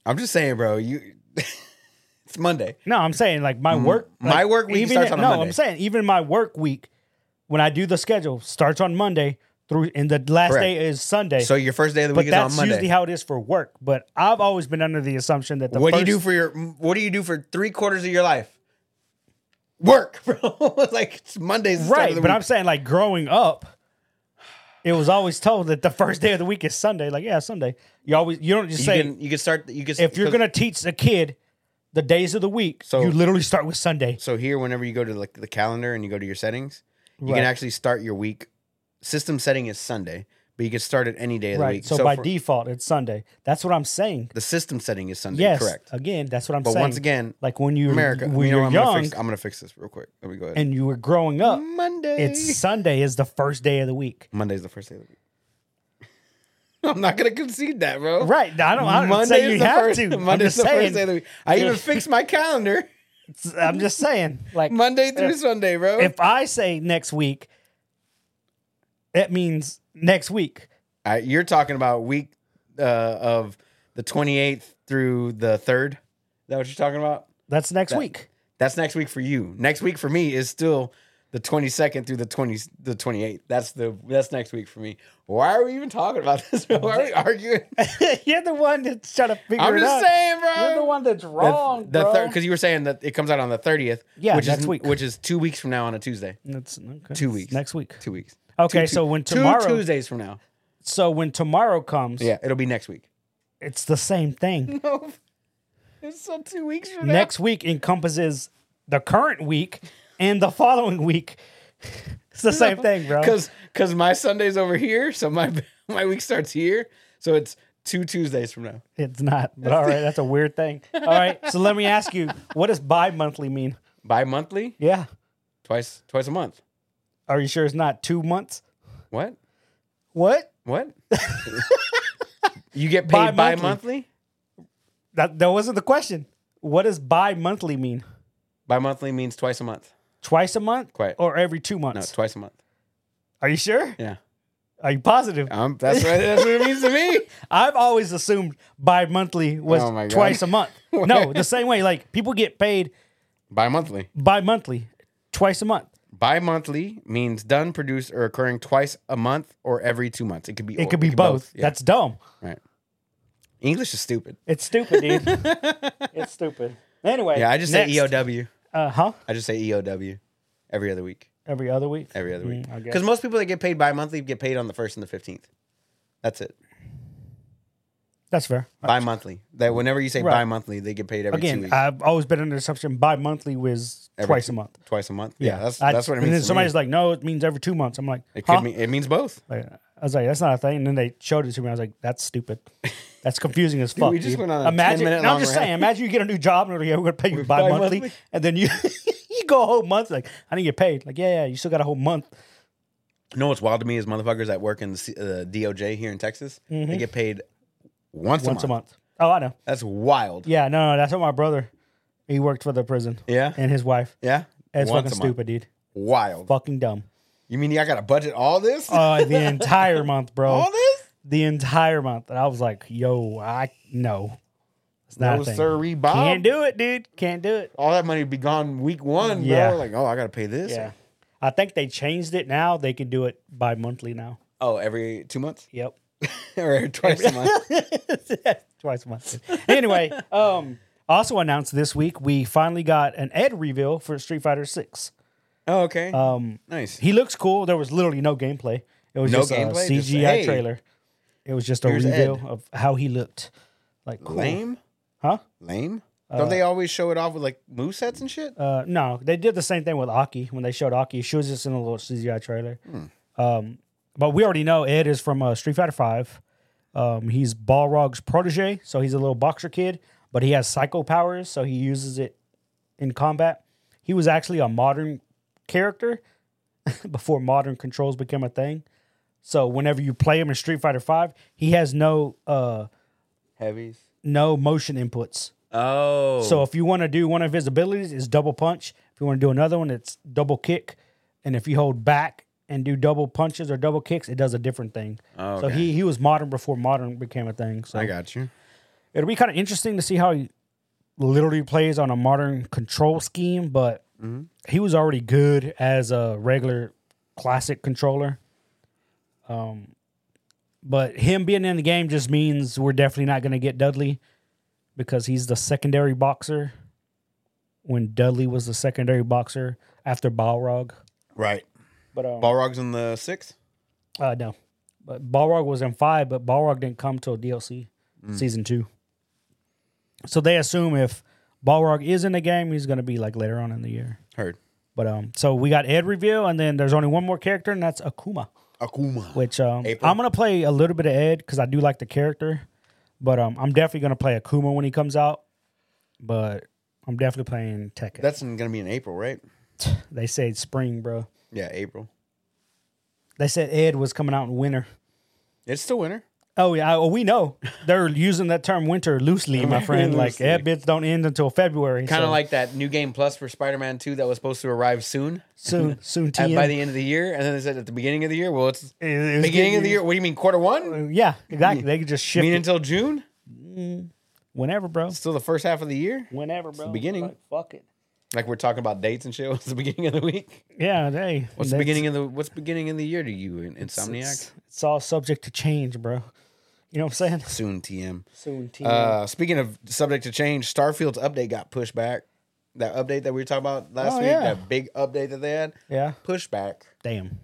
I'm just saying, bro. You, it's Monday. No, I'm saying like my work. Mm. my like, work week even starts at- on a no, Monday. I'm saying even my work week when I do the schedule starts on Monday through, and the last Correct. day is Sunday. So your first day of the but week is on that's Monday. usually how it is for work. But I've always been under the assumption that the what first, do you do for your? What do you do for three quarters of your life? Work, bro. like it's Mondays, the start right? Of But the I'm week. saying like growing up, it was always told that the first day of the week is Sunday. Like yeah, Sunday. You always you don't just you say can you can start. You can if you're 'cause- gonna teach a kid the days of the week, So- you literally start with Sunday. So here, whenever you go to like the calendar and you go to your settings, you Right. can actually start your week. System setting is Sunday, but you can start it any day of the Right. week. So, by for- default, it's Sunday. That's what I'm saying. the system setting is Sunday, Yes. correct? Again, that's what I'm But saying. once again, like when you America. when you know, you're I'm young Gonna fix, I'm gonna fix this real quick. Let me go ahead. and you were growing up, Monday. it's Sunday is the first day of the week. Monday's the first day of the week. I'm not gonna concede that, bro. Right. I don't. I don't Monday's say you the have first- to. I'm Monday's just the saying. first day of the week. I even fixed my calendar I'm just saying. Like Monday through Sunday, bro. if I say next week, it means next week. I, you're talking about week uh, of the 28th through the 3rd. Is that what you're talking about? That's next That- week. That's next week for you. Next week for me is still the 22nd through the 20 the 28th. That's the that's next week for me. Why are we even talking about this? bro? Why are we arguing? you're the one that's trying to figure I'm it just out. saying, bro. You're the one that's The- wrong, the bro. third because you were saying that it comes out on the 30th. Yeah, which next is, week. which is two weeks from now on a Tuesday. That's- okay. Two It's weeks. Next week. Two weeks. Okay, Two- so when two tomorrow, Tuesdays from now. so when tomorrow comes, Yeah, it'll be next week. it's the same thing. No, it's still two weeks from Next week encompasses the current week and the following week. It's the same thing, bro. because because my Sunday's over here, so my my week starts here, so it's two Tuesdays from now. It's not. But all right, that's a weird thing. All right, so let me ask you, what does bi-monthly mean? Bi-monthly, Yeah, twice twice a month. are you sure it's not two months? What? What? What? you get paid Bi-monthly. bi-monthly? That that wasn't the question. What does bi-monthly mean? Bi-monthly means twice a month. Twice a month, Quite. or every two No, months? twice a month. are you sure? Yeah, Are you positive? um, that's what, that's what it means to me. I've always assumed bi-monthly was Oh my God. twice a month. no, the same way. Like people get paid Bi-monthly. bi-monthly, twice a month. Bi-monthly means done, produced, or occurring twice a month or every two months. It could be. It or- could be both. Yeah, That's dumb. right. English is stupid. It's stupid, dude. it's stupid. Anyway, Yeah, I just E next. say EOW. Uh huh. I just say EOW every other week. Every other week. Every other week. Mm, I guess. Because most people that get paid bi-monthly get paid on the first and the fifteenth. That's it. That's fair. Bi-monthly. That whenever you say Right. bi-monthly, they get paid every two Again, weeks. I've always been under the assumption bi-monthly was Every twice two- a month. Twice a month. Yeah, that's I- that's what it And means. then to somebody's me. like, "No, it means every two months." I'm like, it could huh? mean it means both. Like, I was like, "That's not a thing." And then they showed it to me. I was like, "That's stupid. That's confusing as fuck." we just dude. went on a imagine. 10-minute no, I'm long just rant. saying. Imagine you get a new job and they're like, yeah, we're gonna pay you bi-monthly, bi-monthly. and then you you go a whole month like I didn't get paid. Like, yeah, yeah, you still got a whole month. You know what's wild to me is motherfuckers that work in the C- uh, DOJ here in Texas. They get paid once, Mm-hmm. once a month. Oh, I know. That's wild. Yeah, no, no, that's what my brother. He worked for the prison. Yeah? and his wife. Yeah, It's Once fucking a month. stupid, dude. Wild. Fucking dumb. You mean I got to budget all this? Uh, the entire month, bro. all this? The entire month, and I was like, "Yo, I no, it's not No, a thing. sirree, Bob. Can't do it, dude. Can't do it." all that money would be gone week one, Yeah. bro. Like, oh, I got to pay this. Yeah, I think they changed it now. They can do it bi-monthly now. Oh, every two months Yep, or twice a month. twice a month. Anyway, um, also announced this week we finally got an Ed reveal for Street Fighter Six. Oh, okay. Um, nice. he looks cool. There was literally no gameplay. It was No just gameplay? a Just, CGI hey, trailer. It was just a here's reveal Ed. of how he looked. Like cool. Lame? Huh? Lame? Don't they always show it off with like moose heads and shit? Uh, no, they did the same thing with Aki when they showed Aki. She was just in a little CGI trailer. Um, but we already know Ed is from uh, Street Fighter Five. Um, he's Balrog's protege, so he's a little boxer kid, but he has psycho powers, so he uses it in combat. He was actually a modern character before modern controls became a thing. So whenever you play him in Street Fighter Five, he has no uh, Heavies. no motion inputs. Oh. So if you want to do one of his abilities, it's double punch. If you want to do another one, it's double kick. And if you hold back and do double punches or double kicks, it does a different thing. Oh, So okay. he he was modern before modern became a thing. So I got you. it'll be kind of interesting to see how he literally plays on a modern control scheme. But he was already good as a regular classic controller. Um, but him being in the game just means we're definitely not going to get Dudley because he's the secondary boxer. When Dudley was the secondary boxer after Balrog, Right. but um, Balrog's in the sixth? uh, no, but Balrog was in five, but Balrog didn't come till DLC season two. So they assume if Balrog is in the game, he's going to be like later on in the year. Heard. But um, so we got Ed reveal, and then there's only one more character, and that's Akuma, Akuma. which um, April. I'm gonna play a little bit of Ed because I do like the character, but um, I'm definitely gonna play Akuma when he comes out. But I'm definitely playing Tekken. That's in- gonna be in April, right? they said spring, bro. Yeah, April. They said Ed was coming out in winter. It's still winter. Oh yeah, oh, we know they're using that term winter loosely, my friend. Like Loosely. ad bits don't end until February. Kind of so like that new game plus for Spider-Man Two that was supposed to arrive soon soon, soon. at, TM. by the end of the year, and then they said at the beginning of the year. Well, it's It- it's beginning of the getting- Oh, year. What do you mean quarter one? Yeah, exactly. They could just shift mean it until June? whenever, bro. Still the first half of the year? Whenever, bro. beginning. Like, fuck it. Like we're talking about dates and shit. What's the beginning of the week? Yeah, hey. What's the beginning of the What's beginning of the year to you, in- Insomniac? It's, it's all subject to change, bro. You know what I'm saying? Soon, TM. Soon, team. Uh, speaking of subject to change, Starfield's update got pushed back. That update that we were talking about last Oh, week, yeah. that big update that they had, yeah. pushed back. Damn.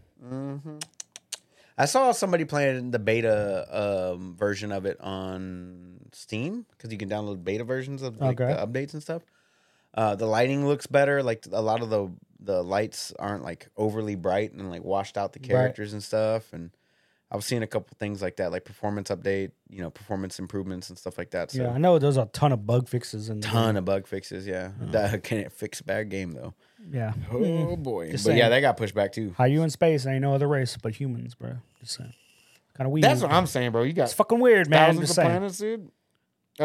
I saw somebody playing the beta um, version of it on Steam because you can download beta versions of like, Okay. the updates and stuff. Uh, the lighting looks better. Like a lot of the the lights aren't like overly bright and like washed out the characters and stuff. And I've seen a couple things like that, like performance update, you know, performance improvements and stuff like that. So Yeah, I know there's a ton of bug fixes in the ton of bug fixes. Yeah, that can't fix a bad game though. Yeah. Uh-huh. Hmm. Oh boy, but Just yeah, saying. that got pushed back too. How you in space? Ain't no other race but humans, bro. Just saying. Kind of weird. That's what I'm saying, bro. You got it's fucking weird, man. I'm thousands just of saying. planets, dude.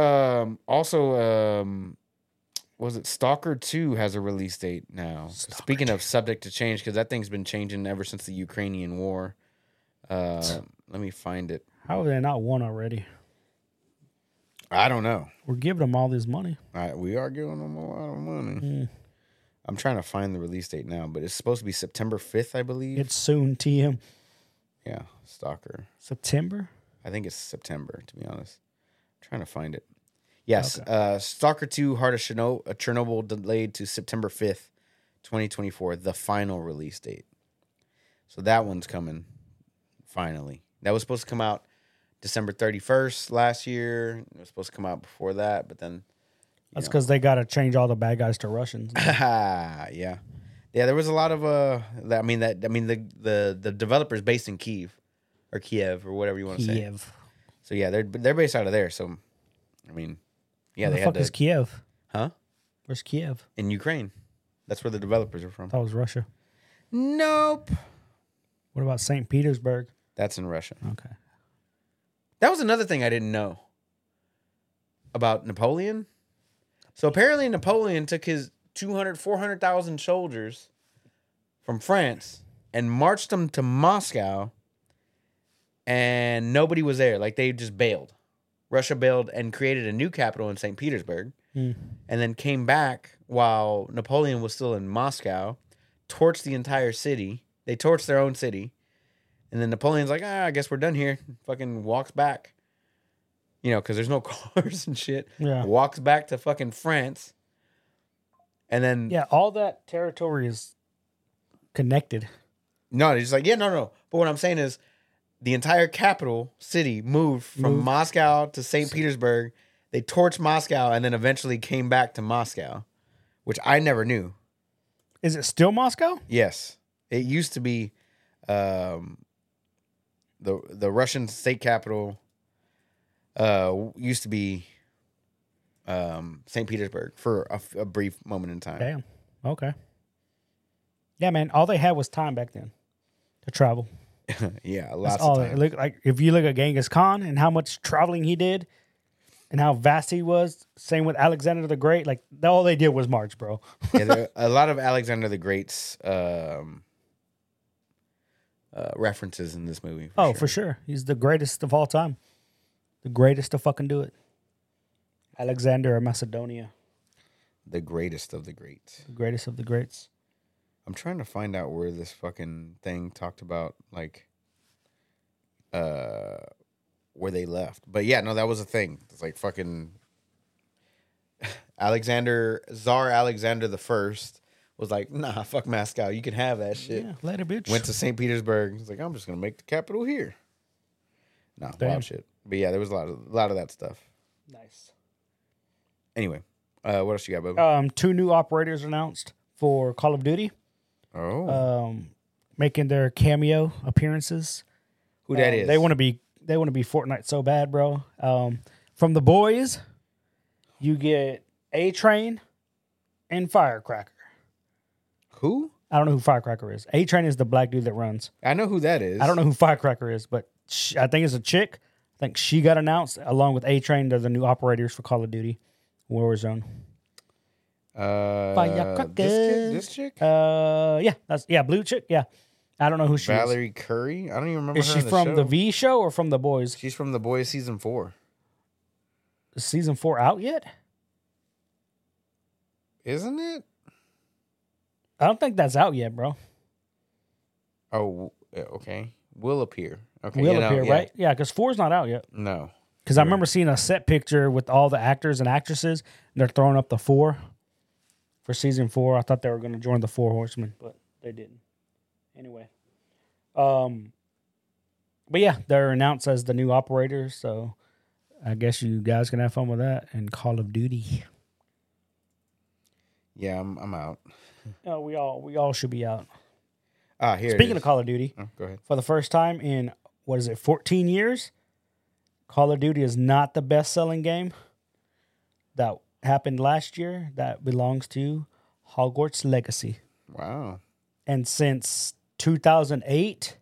Um, also, um, was it Stalker Two has a release date now? Speaking of subject to change, because that thing's been changing ever since the Ukrainian war. Uh, let me find it. How are they not one already? I don't know. We're giving them all this money. I, we are giving them a lot of money. I'm trying to find the release date now, but it's supposed to be September 5th, I believe. It's soon, TM. yeah, Stalker. September? I think it's September, to be honest. I'm trying to find it. Yes, uh, Stalker 2 Heart of Chernobyl, uh, Chernobyl delayed to September 5th, 2024, the final release date. So that one's coming finally. That was supposed to come out December 31st last year. It was supposed to come out before that, but then That's because they got to change all the bad guys to Russians. yeah, yeah. There was a lot of uh. That, I mean that. I mean the the the developers based in Kiev, or Kiev, or whatever you want to say. Kiev. So yeah, they're they're based out of there. So, I mean, yeah, Where they the had fuck to, is Kiev? huh Where's Kiev? in Ukraine. That's where the developers are from. That was Russia. Nope, What about St. Petersburg? that's in Russia. Okay. That was another thing I didn't know about Napoleon. So apparently Napoleon took his 200 400,000 soldiers from France and marched them to Moscow and nobody was there. Like they just bailed. Russia bailed and created a new capital in St. Petersburg Hmm. and then came back while Napoleon was still in Moscow, torched the entire city. They torched their own city. And then Napoleon's like, ah, I guess we're done here. Fucking walks back, you know, because there's no cars and shit. Yeah. Walks back to fucking France. And then Yeah, all that territory is connected. No, they're just like, yeah, no, no. But what I'm saying is the entire capital city moved from Moved. Moscow to St. Petersburg. They torched Moscow and then eventually came back to Moscow, which I never knew. Is it still Moscow? Yes. It used to be um, the the Russian state capital uh, used to be um, St. Petersburg for a, f- a brief moment in time. Damn. Okay. Yeah, man. All they had was time back then to travel. yeah, That's lots all. of they- time. Look like if you look at Genghis Khan and how much traveling he did, and how vast he was. Same with Alexander the Great. Like th- all they did was march, bro. yeah, there, a lot of Alexander the Great's um, uh, references in this movie. oh, for sure. He's the greatest of all time. The greatest to fucking do it. Alexander of Macedonia, The greatest of the greats. the greatest of the greats. I'm trying to find out where this fucking thing talked about, like, uh, where they left. But yeah, no, that was a thing. It's like fucking Alexander, Tsar Alexander the First was like, nah, fuck Moscow. You can have that shit. Yeah, later, bitch. Went to St. Petersburg. He's like, I'm just gonna make the capital here. No, Damn. wild shit. But yeah, there was a lot of a lot of that stuff. nice. Anyway, uh, what else you got, Bubba? Um, two new operators announced for Call of Duty, oh, um, making their cameo appearances. who that Um, is? They want to be they want to be Fortnite so bad, bro. Um, from the boys, you get A Train and Firecracker. who? I don't know who Firecracker is. A Train is the black dude that runs. I know who that is. I don't know who Firecracker is, but sh I think it's a chick. I think she got announced along with A Train. They're the new operators for Call of Duty Warzone. Uh, Firecracker. this, kid, this chick, Uh, yeah, that's yeah, blue chick. Yeah, I don't know who she Valerie Curry. I don't even remember. is. Is her in she the from show. the V show or from the boys? She's from The Boys season four. Is season four out yet? Isn't it? I don't think that's out yet, bro. Oh, yeah, okay. Will appear. Okay, will yeah, no, appear, yeah. right? Yeah, because four's not out yet. No. Because I remember seeing a set picture with all the actors and actresses, and they're throwing up the four for season four. I thought they were going to join the Four Horsemen, but they didn't. Anyway, um, but yeah, they're announced as the new operators. So I guess you guys can have fun with that and Call of Duty. Yeah, I'm, I'm out. No, Oh, we all we all should be out. Ah, here. Speaking it of is. Call of Duty, oh, go ahead. for the first time in what is it, 14 years? Call of Duty is not the best selling game that happened last year that belongs to Hogwarts Legacy. Wow. And since 2008,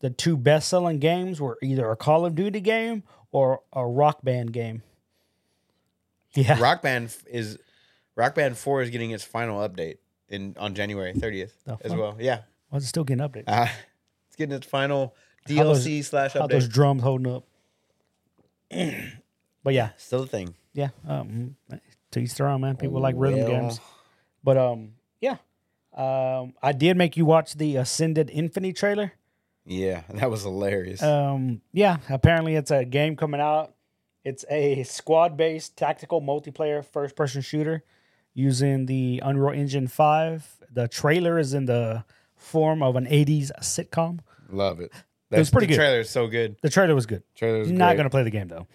the two best selling games were either a Call of Duty game or a Rock Band game. Yeah. Rock Band f- is Rock Band Four is getting its final update in on January thirtieth The as fuck? well. Yeah, Why is it still getting updates? uh, it's getting its final How those- DLC slash How those update. drums holding up. but yeah, Still a thing. yeah. Um, to each their own, man. People like rhythm Well, games. But um, yeah, um, I did make you watch the Ascended Infinity trailer. Yeah, that was hilarious. Um, yeah, apparently it's a game coming out. It's a squad-based tactical multiplayer first-person shooter using the Unreal Engine Five. The trailer is in the form of an '80s sitcom. Love it. it was pretty the good. Trailer is so good. The trailer was good. Trailer is You're not great. gonna play the game though.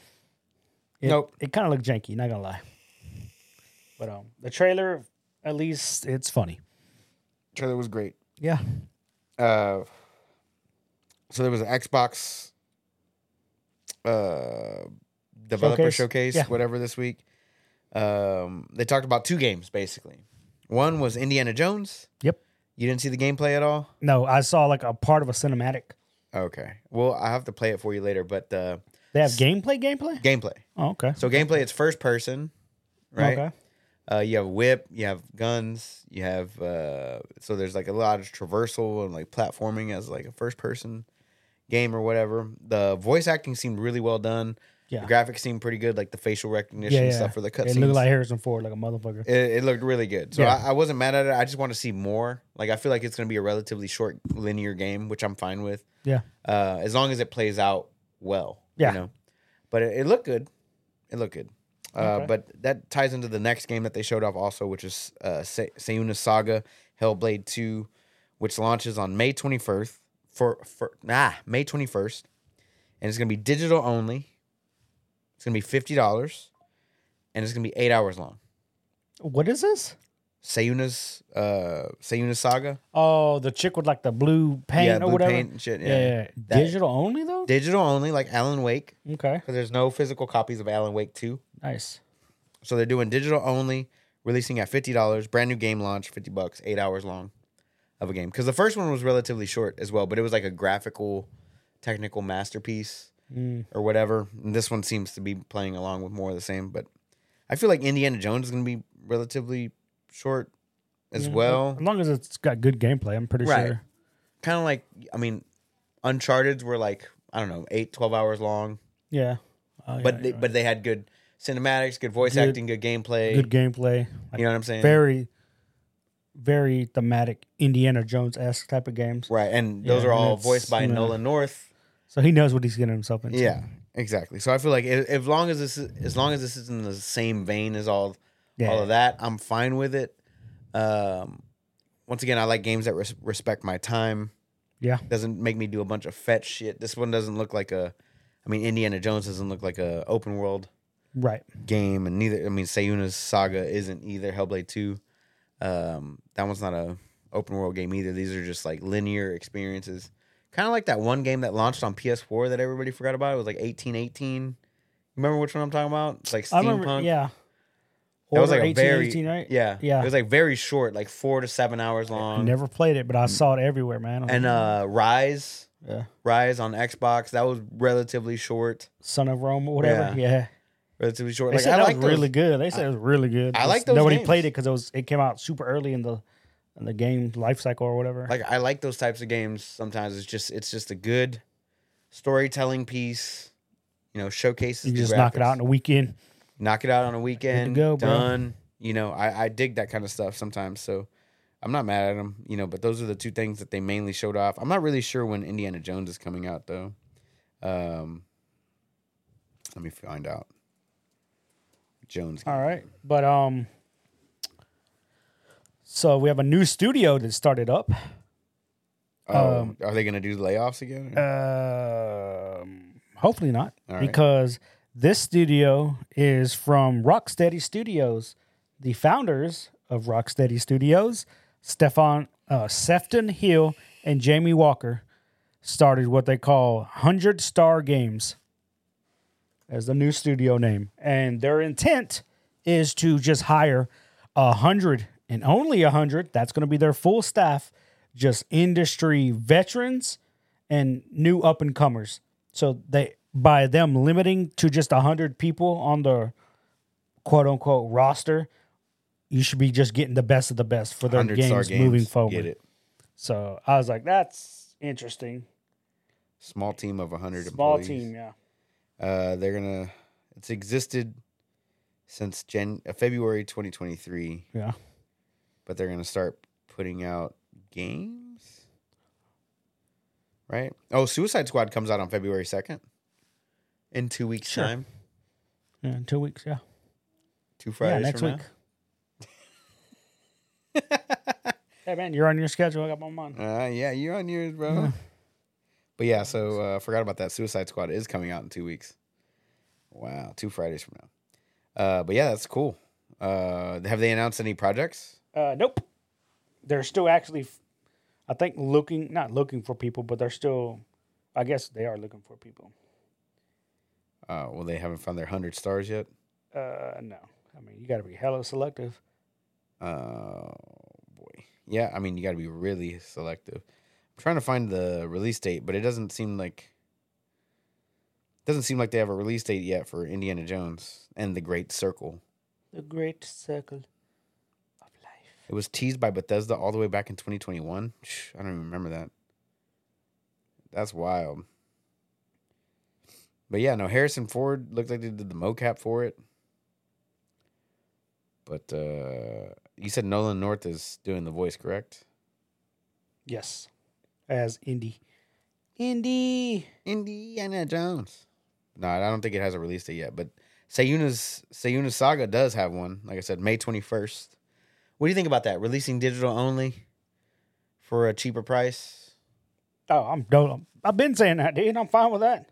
It, Nope. It kind of looked janky. Not gonna lie. But um, the trailer, at least, it's funny. Trailer was great. Yeah. Uh, so there was an Xbox uh, developer Showcase? showcase, Yeah. whatever, this week. Um, they talked about two games basically. One was Indiana Jones. Yep. You didn't see the gameplay at all. No, I saw like a part of a cinematic. Okay. Well, I have to play it for you later, but uh, They have gameplay, gameplay. gameplay. Oh, okay. So gameplay, it's first person, right? Okay. Uh, you have whip, you have guns, you have uh, so there's like a lot of traversal and like platforming as like a first person game or whatever. The voice acting seemed really well done. Yeah. The graphics seemed pretty good, like the facial recognition Yeah, yeah. stuff for the It cutscenes. looked like Harrison Ford, like a motherfucker. it, it looked really good. So Yeah. I, I wasn't mad at it. I just want to see more. Like I feel like it's gonna be a relatively short linear game, which I'm fine with. Yeah. Uh, as long as it plays out well. Yeah. You know? But it, it looked good. It looked good. Uh, Okay. But that ties into the next game that they showed off also, which is uh, Se- Seiyuna's Saga, Hellblade 2, which launches on May 21st for, for nah, May 21st. And it's going to be digital only. It's going to be $50 and it's going to be 8 hours long. What is this? Sayuna's uh Sayuna's Saga. Oh, the chick with like the blue paint yeah, or blue whatever. paint and shit. Yeah. yeah, That- digital only though. Digital only like Alan Wake okay, cuz there's no physical copies of Alan Wake 2. nice. So they're doing digital only, releasing at fifty dollars, brand new game launch, fifty bucks, eight hours long of a game. Because the first one was relatively short as well, but it was like a graphical, technical masterpiece Mm. or whatever. And this one seems to be playing along with more of the same. But I feel like Indiana Jones is going to be relatively short as Yeah, well. as long as it's got good gameplay, I'm pretty Right. sure. Kind of like I mean, Uncharted were like I don't know eight, 12 hours long, Yeah, Oh, yeah, but you're they, right. but they had good cinematics, good voice Good- acting, good gameplay. good gameplay. Like you know what I'm saying? very, very thematic Indiana Jones esque type of games. Right, and those Yeah, are and all it's, voiced by you know, Nolan North. So he knows what he's getting himself into. Yeah, exactly. So I feel like i- as long as this is, as long as this is in the same vein as all yeah. all of that, I'm fine with it. Um, once again, I like games that res- respect my time. Yeah. doesn't make me do a bunch of fetch shit. This one doesn't look like a. I mean, Indiana Jones doesn't look like a open world Right. game, and neither. I mean, Sayuna's Saga isn't either. Hellblade Two, um, that one's not a open world game either. These are just like linear experiences, kind of like that one game that launched on PS4 that everybody forgot about. It was like eighteen eighteen. Remember which one I'm talking about? It's like I steampunk. remember. Yeah. That was Order like a 18, very 18, right? yeah Yeah. It was like very short, like four to seven hours I long. never played it, but I saw it everywhere, man. I was and like, uh, Rise, yeah. Rise on Xbox, that was relatively short. Son of Rome or whatever. Yeah. Yeah. Relatively short. They like said I that like was those- really good. They said it was really good. I Just like those Nobody games. played it because it was it came out super early in the in the game life cycle or whatever. like I like those types of games sometimes it's just it's just a good storytelling piece you know showcases you the just knock it graphics. out in a weekend. knock it out on a weekend go, bro. done you know I, I dig that kind of stuff sometimes so I'm not mad at them you know but those are the two things that they mainly showed off I'm not really sure when Indiana Jones is coming out though um let me find out Jones All right. But um so we have a new studio that started up. oh, um, uh, are they gonna do layoffs again Um hopefully not All right. because this studio is from Rocksteady Studios, the founders of Rocksteady Studios, Stefan uh, Sefton Hill and Jamie Walker started what they call 100 Star Games as the new studio name. And their intent is to just hire a hundred and only a hundred. That's going to be their full staff, just industry veterans and new up and comers. So they by them limiting to just a hundred people on the quote unquote roster, you should be just getting the best of the best for their 100 star games, moving games. forward. get it So I was like, that's interesting. small team of 100 Small employees. team, yeah. Uh, they're gonna. It's existed since Jan uh, February 2023, Yeah. but they're gonna start putting out games. Right? Oh, Suicide Squad comes out on February 2nd. In two weeks' Sure. time, Yeah, in two weeks, yeah. two Fridays yeah, next from week. hey man, you're on your schedule. I got my mine. now. Uh, yeah, you're on yours, bro. But yeah, so uh, forgot about that. Suicide Squad is coming out in two weeks. Wow, two Fridays from now. Uh, but yeah, that's cool. Uh, have they announced any projects? Uh, nope. They're still actually, f- I think, looking not looking for people, but they're still. I guess they are looking for people. Uh, well, they haven't found their hundred stars yet. Uh, no, I mean you got to be hella selective. Oh boy. Yeah, I mean you got to be really selective. I'm trying to find the release date, but it doesn't seem like doesn't seem like they have a release date yet for Indiana Jones and the Great Circle. The great circle of life. It was teased by Bethesda all the way back in 2021. Shh, I don't even remember that. That's wild. But yeah, no, Harrison Ford looked like they did the mocap for it. But uh you said Nolan North is doing the voice, correct? Yes, as indie, indie. Indiana Jones. No, I don't think it has a release date yet, but Sayuna's Sayuna's Saga does have one. Like I said, May 21st. What do you think about that? Releasing digital only for a cheaper price. Oh, I'm don't. I've been saying that, dude. I'm fine with that.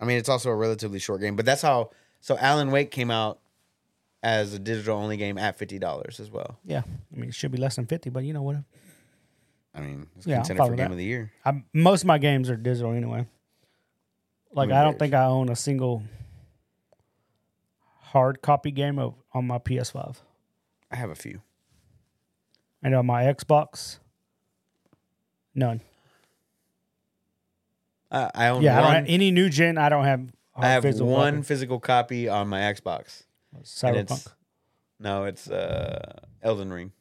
I mean, it's also a relatively short game, but that's how. So Alan Wake came out as a digital only game at fifty dollars as well. Yeah, I mean, it should be less than fifty, but you know what? I mean, it's Yeah, I'm contender fine for with game that. of the year. I, most of my games are digital anyway. Like mean, I don't there's- think I own a single hard copy game of on my PS5 I have a few. and on my Xbox. None. Uh, I own yeah, I one. don't have any new gen. I don't have. I hard have physical one copy. physical copy on my Xbox. and Cyberpunk. it's- No, it's uh, Elden Ring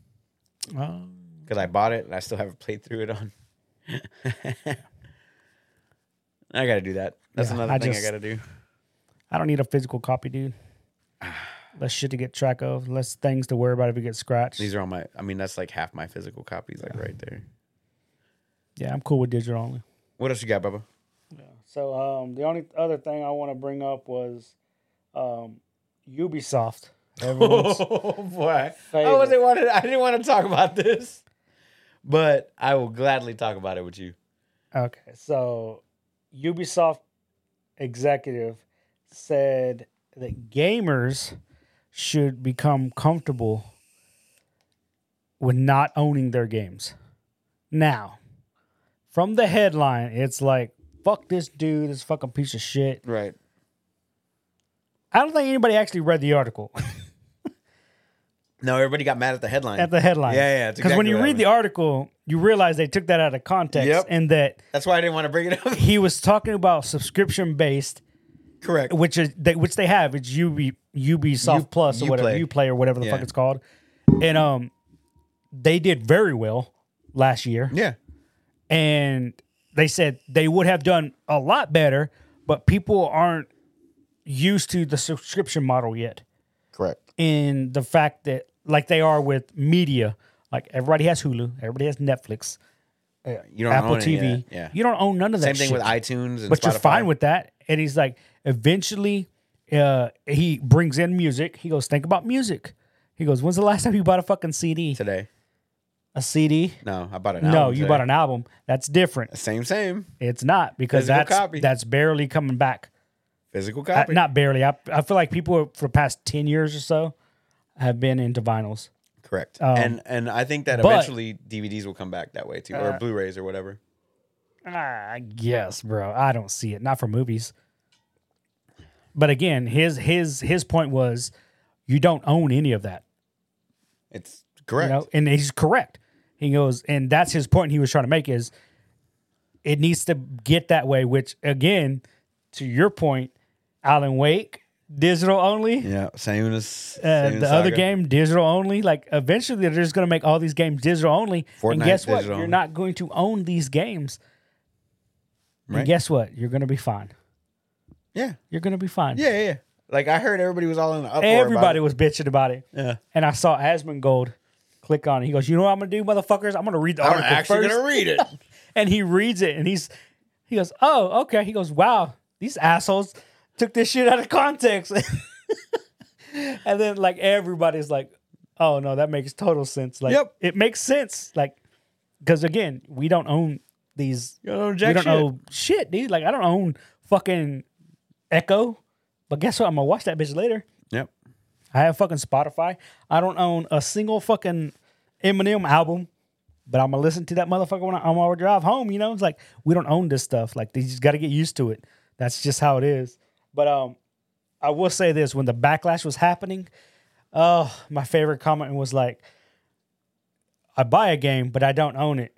Oh. because I bought it and I still haven't played through it on. I gotta do that. That's Yeah, another I thing just- I gotta do. I don't need a physical copy, dude. Less shit to get track of. Less things to worry about if it gets scratched. These are on my. I mean, that's like half my physical copies, like right there. yeah, I'm cool with digital only. What else you got, Bubba? So um, the only other thing I want to bring up was um, Ubisoft. Everyone's Oh boy, I favorite. wasn't wanted. I didn't want to talk about this, but I will gladly talk about it with you. okay, so Ubisoft executive said that gamers should become comfortable with not owning their games. Now, from the headline, it's like fuck this dude, this fucking piece of shit. Right. I don't think anybody actually read the article No, everybody got mad at the headline. at the headline. Yeah, yeah, it's Because when exactly you what read the happened. article, you realize they took that out of context Yep. and that That's why I didn't want to bring it up. he was talking about subscription based, Correct. which is they, which they have. It's UB Ubisoft U- Plus or whatever Uplay. you play or whatever the Yeah. fuck it's called, and um, they did very well last year, Yeah. and they said they would have done a lot better, but people aren't used to the subscription model yet. Correct. in the fact that like they are with media like everybody has hulu everybody has netflix You don't apple own any of tv that. Yeah. you don't own none of that Same thing shit, with iTunes and but Spotify. you're fine with that and he's like eventually uh, he brings in music he goes think about music he goes when's the last time you bought a fucking cd today. a cd No, I bought an no album you today. bought an album that's different same same it's not because Physical that's copy. that's barely coming back physical Uh, copy. not barely I, I feel like people for the past 10 years or so have been into vinyls Correct. and and I think that Um, but- Uh, eventually DVDs will come back that way too, or Blu-rays or whatever. Ah, I guess, bro. I don't see it. Not for movies. But again, his his his point was you don't own any of that. It's You correct. know, and he's correct. He goes, and that's his point he was trying to make is it needs to get that way, which again, to your point, Alan Wake, digital only. yeah. Same as Uh, same as the other Saga. game digital only like eventually they're just going to make all these games digital only and Fortnite guess what digital you're only. not going to own these games Right. and guess what you're going to be fine Yeah. you're gonna be fine. Yeah. Yeah. yeah. Like I heard everybody was all in the uproar. Everybody About was bitching about it. it. Yeah. And I saw Asmongold click on it. He goes, You know what I'm gonna do, motherfuckers? I'm gonna read the I'm article actually 1st going gonna read it. And he reads it and he's he goes, Oh, okay. He goes, Wow, these assholes took this shit out of context. and then like everybody's like, Oh no, that makes total sense. Like Yep. it makes sense. Like because again, we don't own these You don't we jack don't shit. own shit, dude. Like I don't own fucking Echo. But guess what? I'm gonna watch that bitch later. Yep. I have fucking Spotify. I don't own a single fucking Eminem album, but I'm gonna listen to that motherfucker when I, I'm on my drive home. You know, it's like we don't own this stuff. Like they just got to get used to it. That's just how it is. But um, I will say this: when the backlash was happening, oh, my favorite comment was like, "I buy a game, but I don't own it."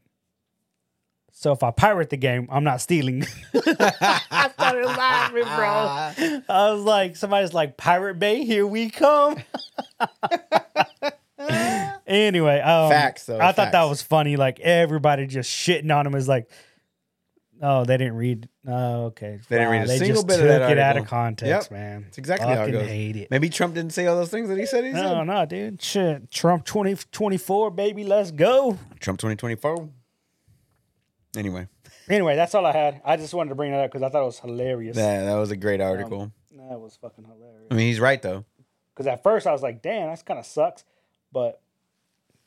So if I pirate the game, I'm not stealing. I started laughing, bro. I was like, somebody's like, Pirate Bay, here we come. anyway, um, Facts, though, I thought that facts. was funny. Like everybody just shitting on him is like, oh, they didn't read. Oh, okay. They didn't read a they single just bit of took that it out of article. Yep. context, man. It's exactly how it Fucking goes. Hate it. Maybe Trump didn't say all those things that he said he said. No, no, dude. Shit. Trump 20, 24, baby, let's go. Trump 2024. Anyway, Anyway, that's all I had. I just wanted to bring that up because I thought it was hilarious. that, that was a great article. That was fucking hilarious. I mean, he's right though. Because at first I was like, damn, that's kind of sucks. But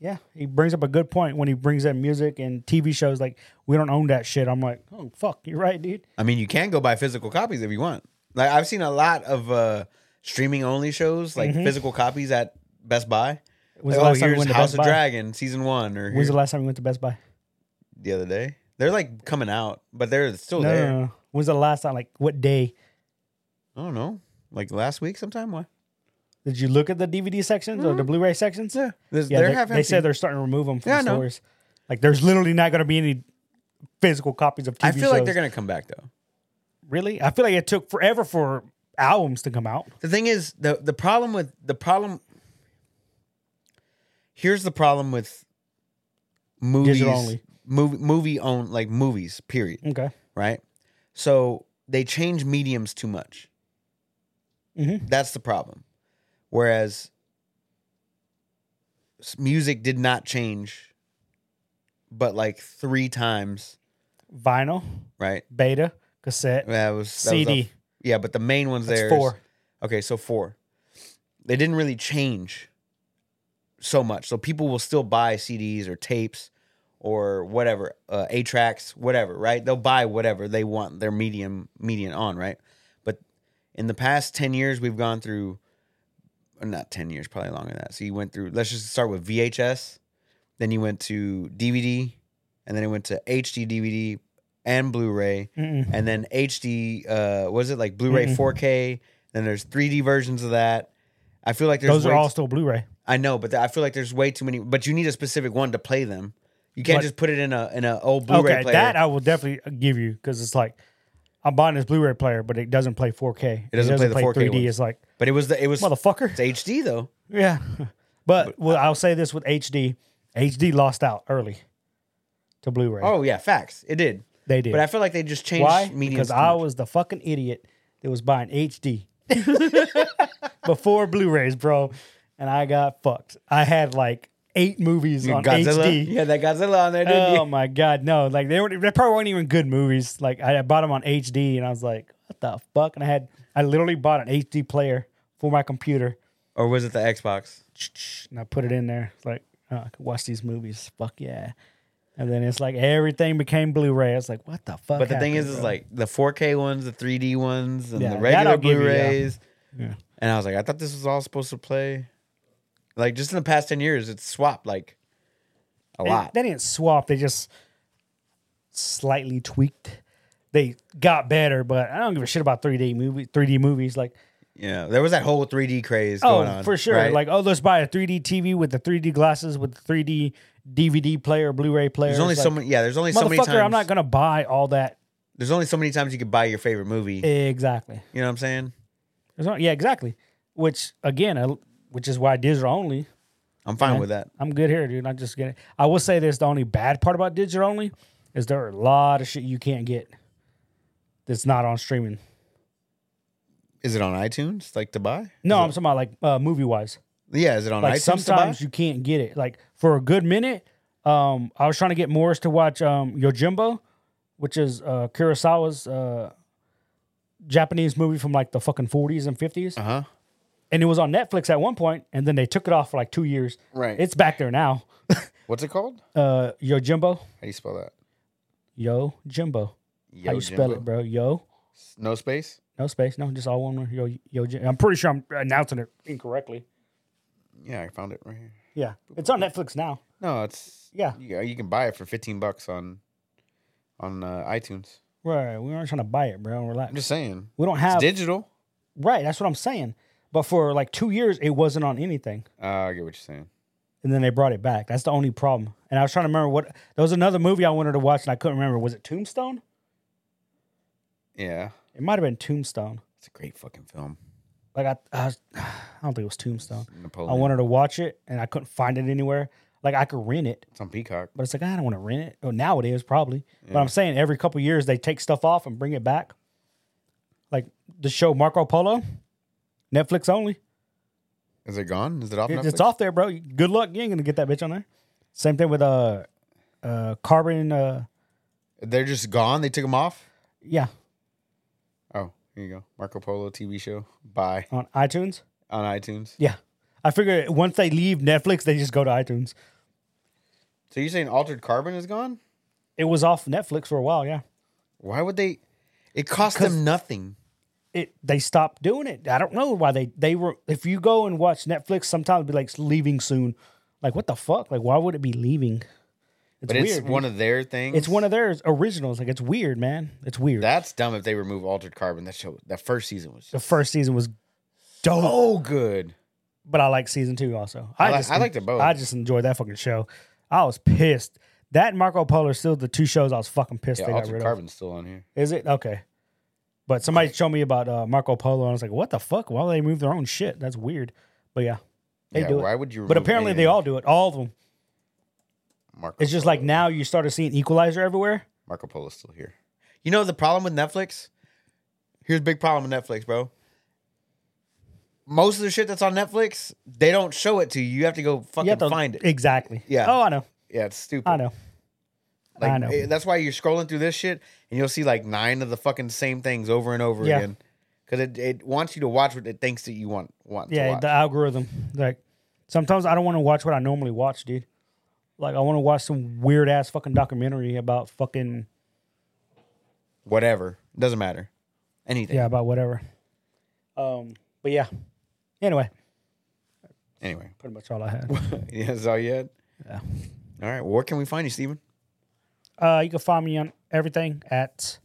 Yeah, he brings up a good point when he brings up music and TV shows. Like we don't own that shit. I'm like, oh fuck, you're right, dude. I mean, you can go buy physical copies if you want. Like I've seen a lot of uh streaming only shows, like Mm-hmm. physical copies at Best Buy. Like, When's the oh, last time we here's went to House Best of Buy? Dragon season one, or When's here- the last time we went to Best Buy? the other day. They're like coming out, but they're still No, there. no, no. When's the last time? Like what day I don't know, like last week sometime. What? did you look at the DVD sections or the Blu-ray sections? Yeah, There's- yeah. Mm-hmm. they're They, half they empty. said they're starting to remove them from Yeah, I know. stores. Like there's literally not going to be any physical copies of TV I feel like shows. they're gonna come back though. Really? I feel like it took forever for albums to come out. The thing is, the the problem with the problem. Here's the problem with movies only. Movie movie own like movies. Period. Okay. right? So they change mediums too much. Mhm. That's the problem. Whereas s- music did not change, but like three times, Vinyl, right? beta, cassette, That was that was a- CD. yeah, but the main ones That's there is- four. Okay, so four. They didn't really change so much. So people will still buy CDs or tapes or whatever, uh, A tracks, whatever, right? They'll buy whatever they want their medium median on, right? But in the past 10 years, we've gone through, or not 10 years, probably longer than that. So you went through, let's just start with VHS, then you went to DVD, and then it went to HD DVD and Blu ray Mm-mm. and then HD. Uh, was it like Blu-ray Mm-hmm. 4K? Then there's 3D versions of that. I feel like there's Those are way all T- still Blu-ray. I know, but I feel like there's way too many. But you need a specific one to play them. You can't But- just put it in a in an old Blu-ray okay, player. that uh, I will definitely give you because it's like I'm buying this Blu-ray player, but it doesn't play 4K. It doesn't play the 4K 3D. ones. It's like but it was the it was motherfucker. it's HD though. Yeah, but well, I'll say this with HD. HD lost out early to Blu-ray. Oh yeah, facts. It did. they did. But I feel like they just changed Why? mediums. Because too I much. was the fucking idiot that was buying HD before Blu-rays, bro, and I got fucked. I had like eight movies on Godzilla. HD. Yeah, that Godzilla on there. Didn't Oh you? my god, no! Like they were, they probably weren't even good movies. Like I bought them on HD, and I was like, "What the fuck?" And I had, I literally bought an HD player for my computer, Or was it the Xbox? and I put it in there. It's Like oh, I could watch these movies. Fuck yeah! And then it's like everything became Blu-ray. I was like, "What the fuck?" But the thing happened, is, is bro? like the 4K ones, the 3D ones, and Yeah, the that regular I'll give you, yeah. Blu-rays. Yeah. And I was like, I thought this was all supposed to play. Like just in the past ten years, it's swapped like a They- lot. They didn't swap. They just slightly tweaked. They got better, but I don't give a shit about 3D movie. 3D movies, like Yeah, there was that whole 3D craze oh going on for sure, right? like oh let's buy a 3D TV with the 3D glasses with the 3D DVD player, Blu-ray player. there's only It's so like, many. Yeah, there's only so many Motherfucker, times. I'm not gonna buy all that. there's only so many times you could buy your favorite movie. Exactly. you know what I'm saying? There's not- yeah, exactly. Which again, I- which is why digital only. I'm fine with that. I'm good here, dude. I just get it. I will say this: the only bad part about digital only is there are a lot of shit you can't get that's not on streaming. Is it on iTunes like to buy? No, I'm talking about like uh, movie wise. Yeah, is it on Like iTunes sometimes to buy? you can't get it. Like for a good minute, um, I was trying to get Morris to watch um, Yojimbo, which is uh, Kurosawa's uh, Japanese movie from like the fucking 40s and 50s, Uh huh. and it was on Netflix at one point, and then they took it off for like two years. Right. It's back there now. What's it called? Uh, Yojimbo, How do you spell that? Yo Jimbo. Yo, How you spell it, bro? Yo. No space. No space, no, just all one word. Yo, yo, Jim- I'm pretty sure I'm announcing it incorrectly. Yeah, I found it right here. Yeah, it's on Netflix now. No, it's Yeah. Yeah, you can buy it for fifteen bucks on on uh, iTunes. Right, we aren't trying to buy it, bro. Relax. I'm just saying, We don't it's have digital. right. That's what I'm saying. But for like two years, it wasn't on anything, Uh, I get what you're saying. and then they brought it back. That's the only problem. And I was trying to remember what there was another movie I wanted to watch, and I couldn't remember. Was it Tombstone? Yeah, It might have been Tombstone. it's a great fucking film. Like I, I, was, I don't think it was Tombstone. I Napoleon. wanted to watch it, and I couldn't find it anywhere. Like I could rent it, It's on Peacock. but it's like I don't want to rent it. Well, now it is probably. But I'm saying every couple years they take stuff off and bring it back. Like the show Marco Polo, Netflix only. Is it gone? Is it off? It- Netflix? It's off there, bro. Good luck. You ain't gonna get that bitch on there. Same thing with uh, uh, carbon. Uh, They're just gone. They took them off. yeah, Oh, here you go. Marco Polo TV show. Buy on iTunes. on iTunes. Yeah, I figure once they leave Netflix, they just go to iTunes. So you're saying Altered Carbon is gone? It was off Netflix for a while. Yeah, Why would they? It cost them nothing. it they stopped doing it. I don't know why they they were. If you go and watch Netflix, sometimes it'd be like leaving soon. Like what the fuck? Like why would it be leaving? It's But weird. it's dude. one of their things. it's one of theirs originals. Like it's weird, man. It's weird. That's dumb if they remove Altered Carbon. That show, that first season was the just first season was dope, so good. but I like season two also. Oh. I, like, I liked it both. I just enjoyed that fucking show. I was pissed. That and Marco Polo are still the two shows I was fucking pissed yeah, they got Altered rid Carbon's still on here. of. Is it okay? But somebody showed me about uh, Marco Polo, and I was like, "What the fuck? Why would they move their own shit? That's weird." But yeah, they yeah, do it. why would you? But remove apparently they anything? all do it. All of them. Marco It's just Polo. like now you started seeing Equalizer everywhere. Marco Polo's still here. You know the problem with Netflix? Here's a big problem with Netflix, bro. Most of the shit that's on Netflix, they don't show it to you. You have to go You fucking have to find it. exactly. Yeah. Oh, I know. Yeah, it's stupid. I know. Like, I know. eh, that's why you're scrolling through this shit and you'll see like nine of the fucking same things over and over Yeah. again. Because it, it wants you to watch what it thinks that you want want to Yeah, watch. the algorithm. Like sometimes I don't want to watch what I normally watch, dude. Like I want to watch some weird ass fucking documentary about fucking Whatever. Doesn't matter. Anything. yeah about whatever. Um, but yeah. Anyway, Anyway. pretty much all I had. yeah, that's all you had? Yeah. All right. Well, where can we find you, Steven? Uh, you can find me on everything at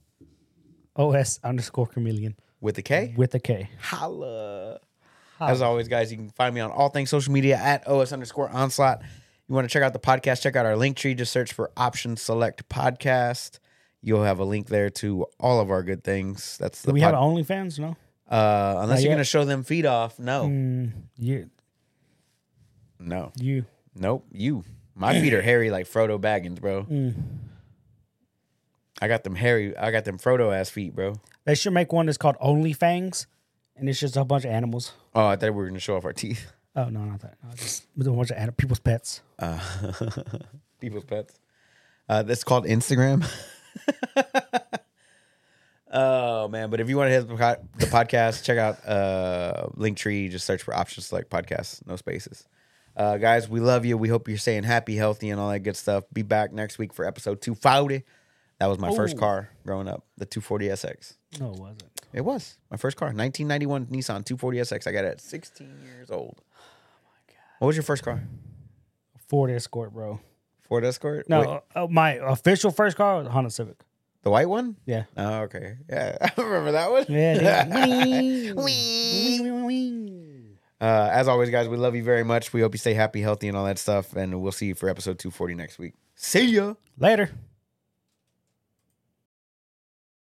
os underscore chameleon With a K? with a K. Holla. As always, guys, you can find me on all things social media at OS underscore onslaught. You want to check out the podcast, check out our link tree. Just search for option select podcast. You'll have a link there to all of our good things. That's the Do we have pod- OnlyFans? No. uh, unless Not you're yet. Mm. gonna show them feed off. No, You. no, You. nope. You, my feet are hairy like Frodo Baggins, bro. Mm. I got them hairy. I got them Frodo ass feet, bro. They should make one that's called Only Fangs, and it's just a bunch of animals. Oh, I thought we were gonna show off our teeth. Oh no, not that. No, just a bunch of ani- people's pets. Uh, people's pets. Uh, that's called Instagram. oh man! But if you want to hit the, po- the podcast, check out uh, Linktree. Just search for Option Select Podcast, no spaces. Uh, guys, we love you. We hope you're staying happy, healthy, and all that good stuff. Be back next week for episode 240. That was my first Ooh. car growing up, the 240SX. No, it wasn't. It was my first car, 1991 Nissan 240SX. I got it at 16 years old. Oh my god! What was your first car? Ford Escort, bro. Ford Escort? No, Wait, uh, uh, my official first car was a Honda Civic. the white one. Yeah. Oh, okay. Yeah, I remember that one. Yeah. dude. Wee. Wee. Wee, wee, wee. Uh, as always, guys, we love you very much. We hope you stay happy, healthy, and all that stuff. And we'll see you for episode 240 next week. See ya. Later.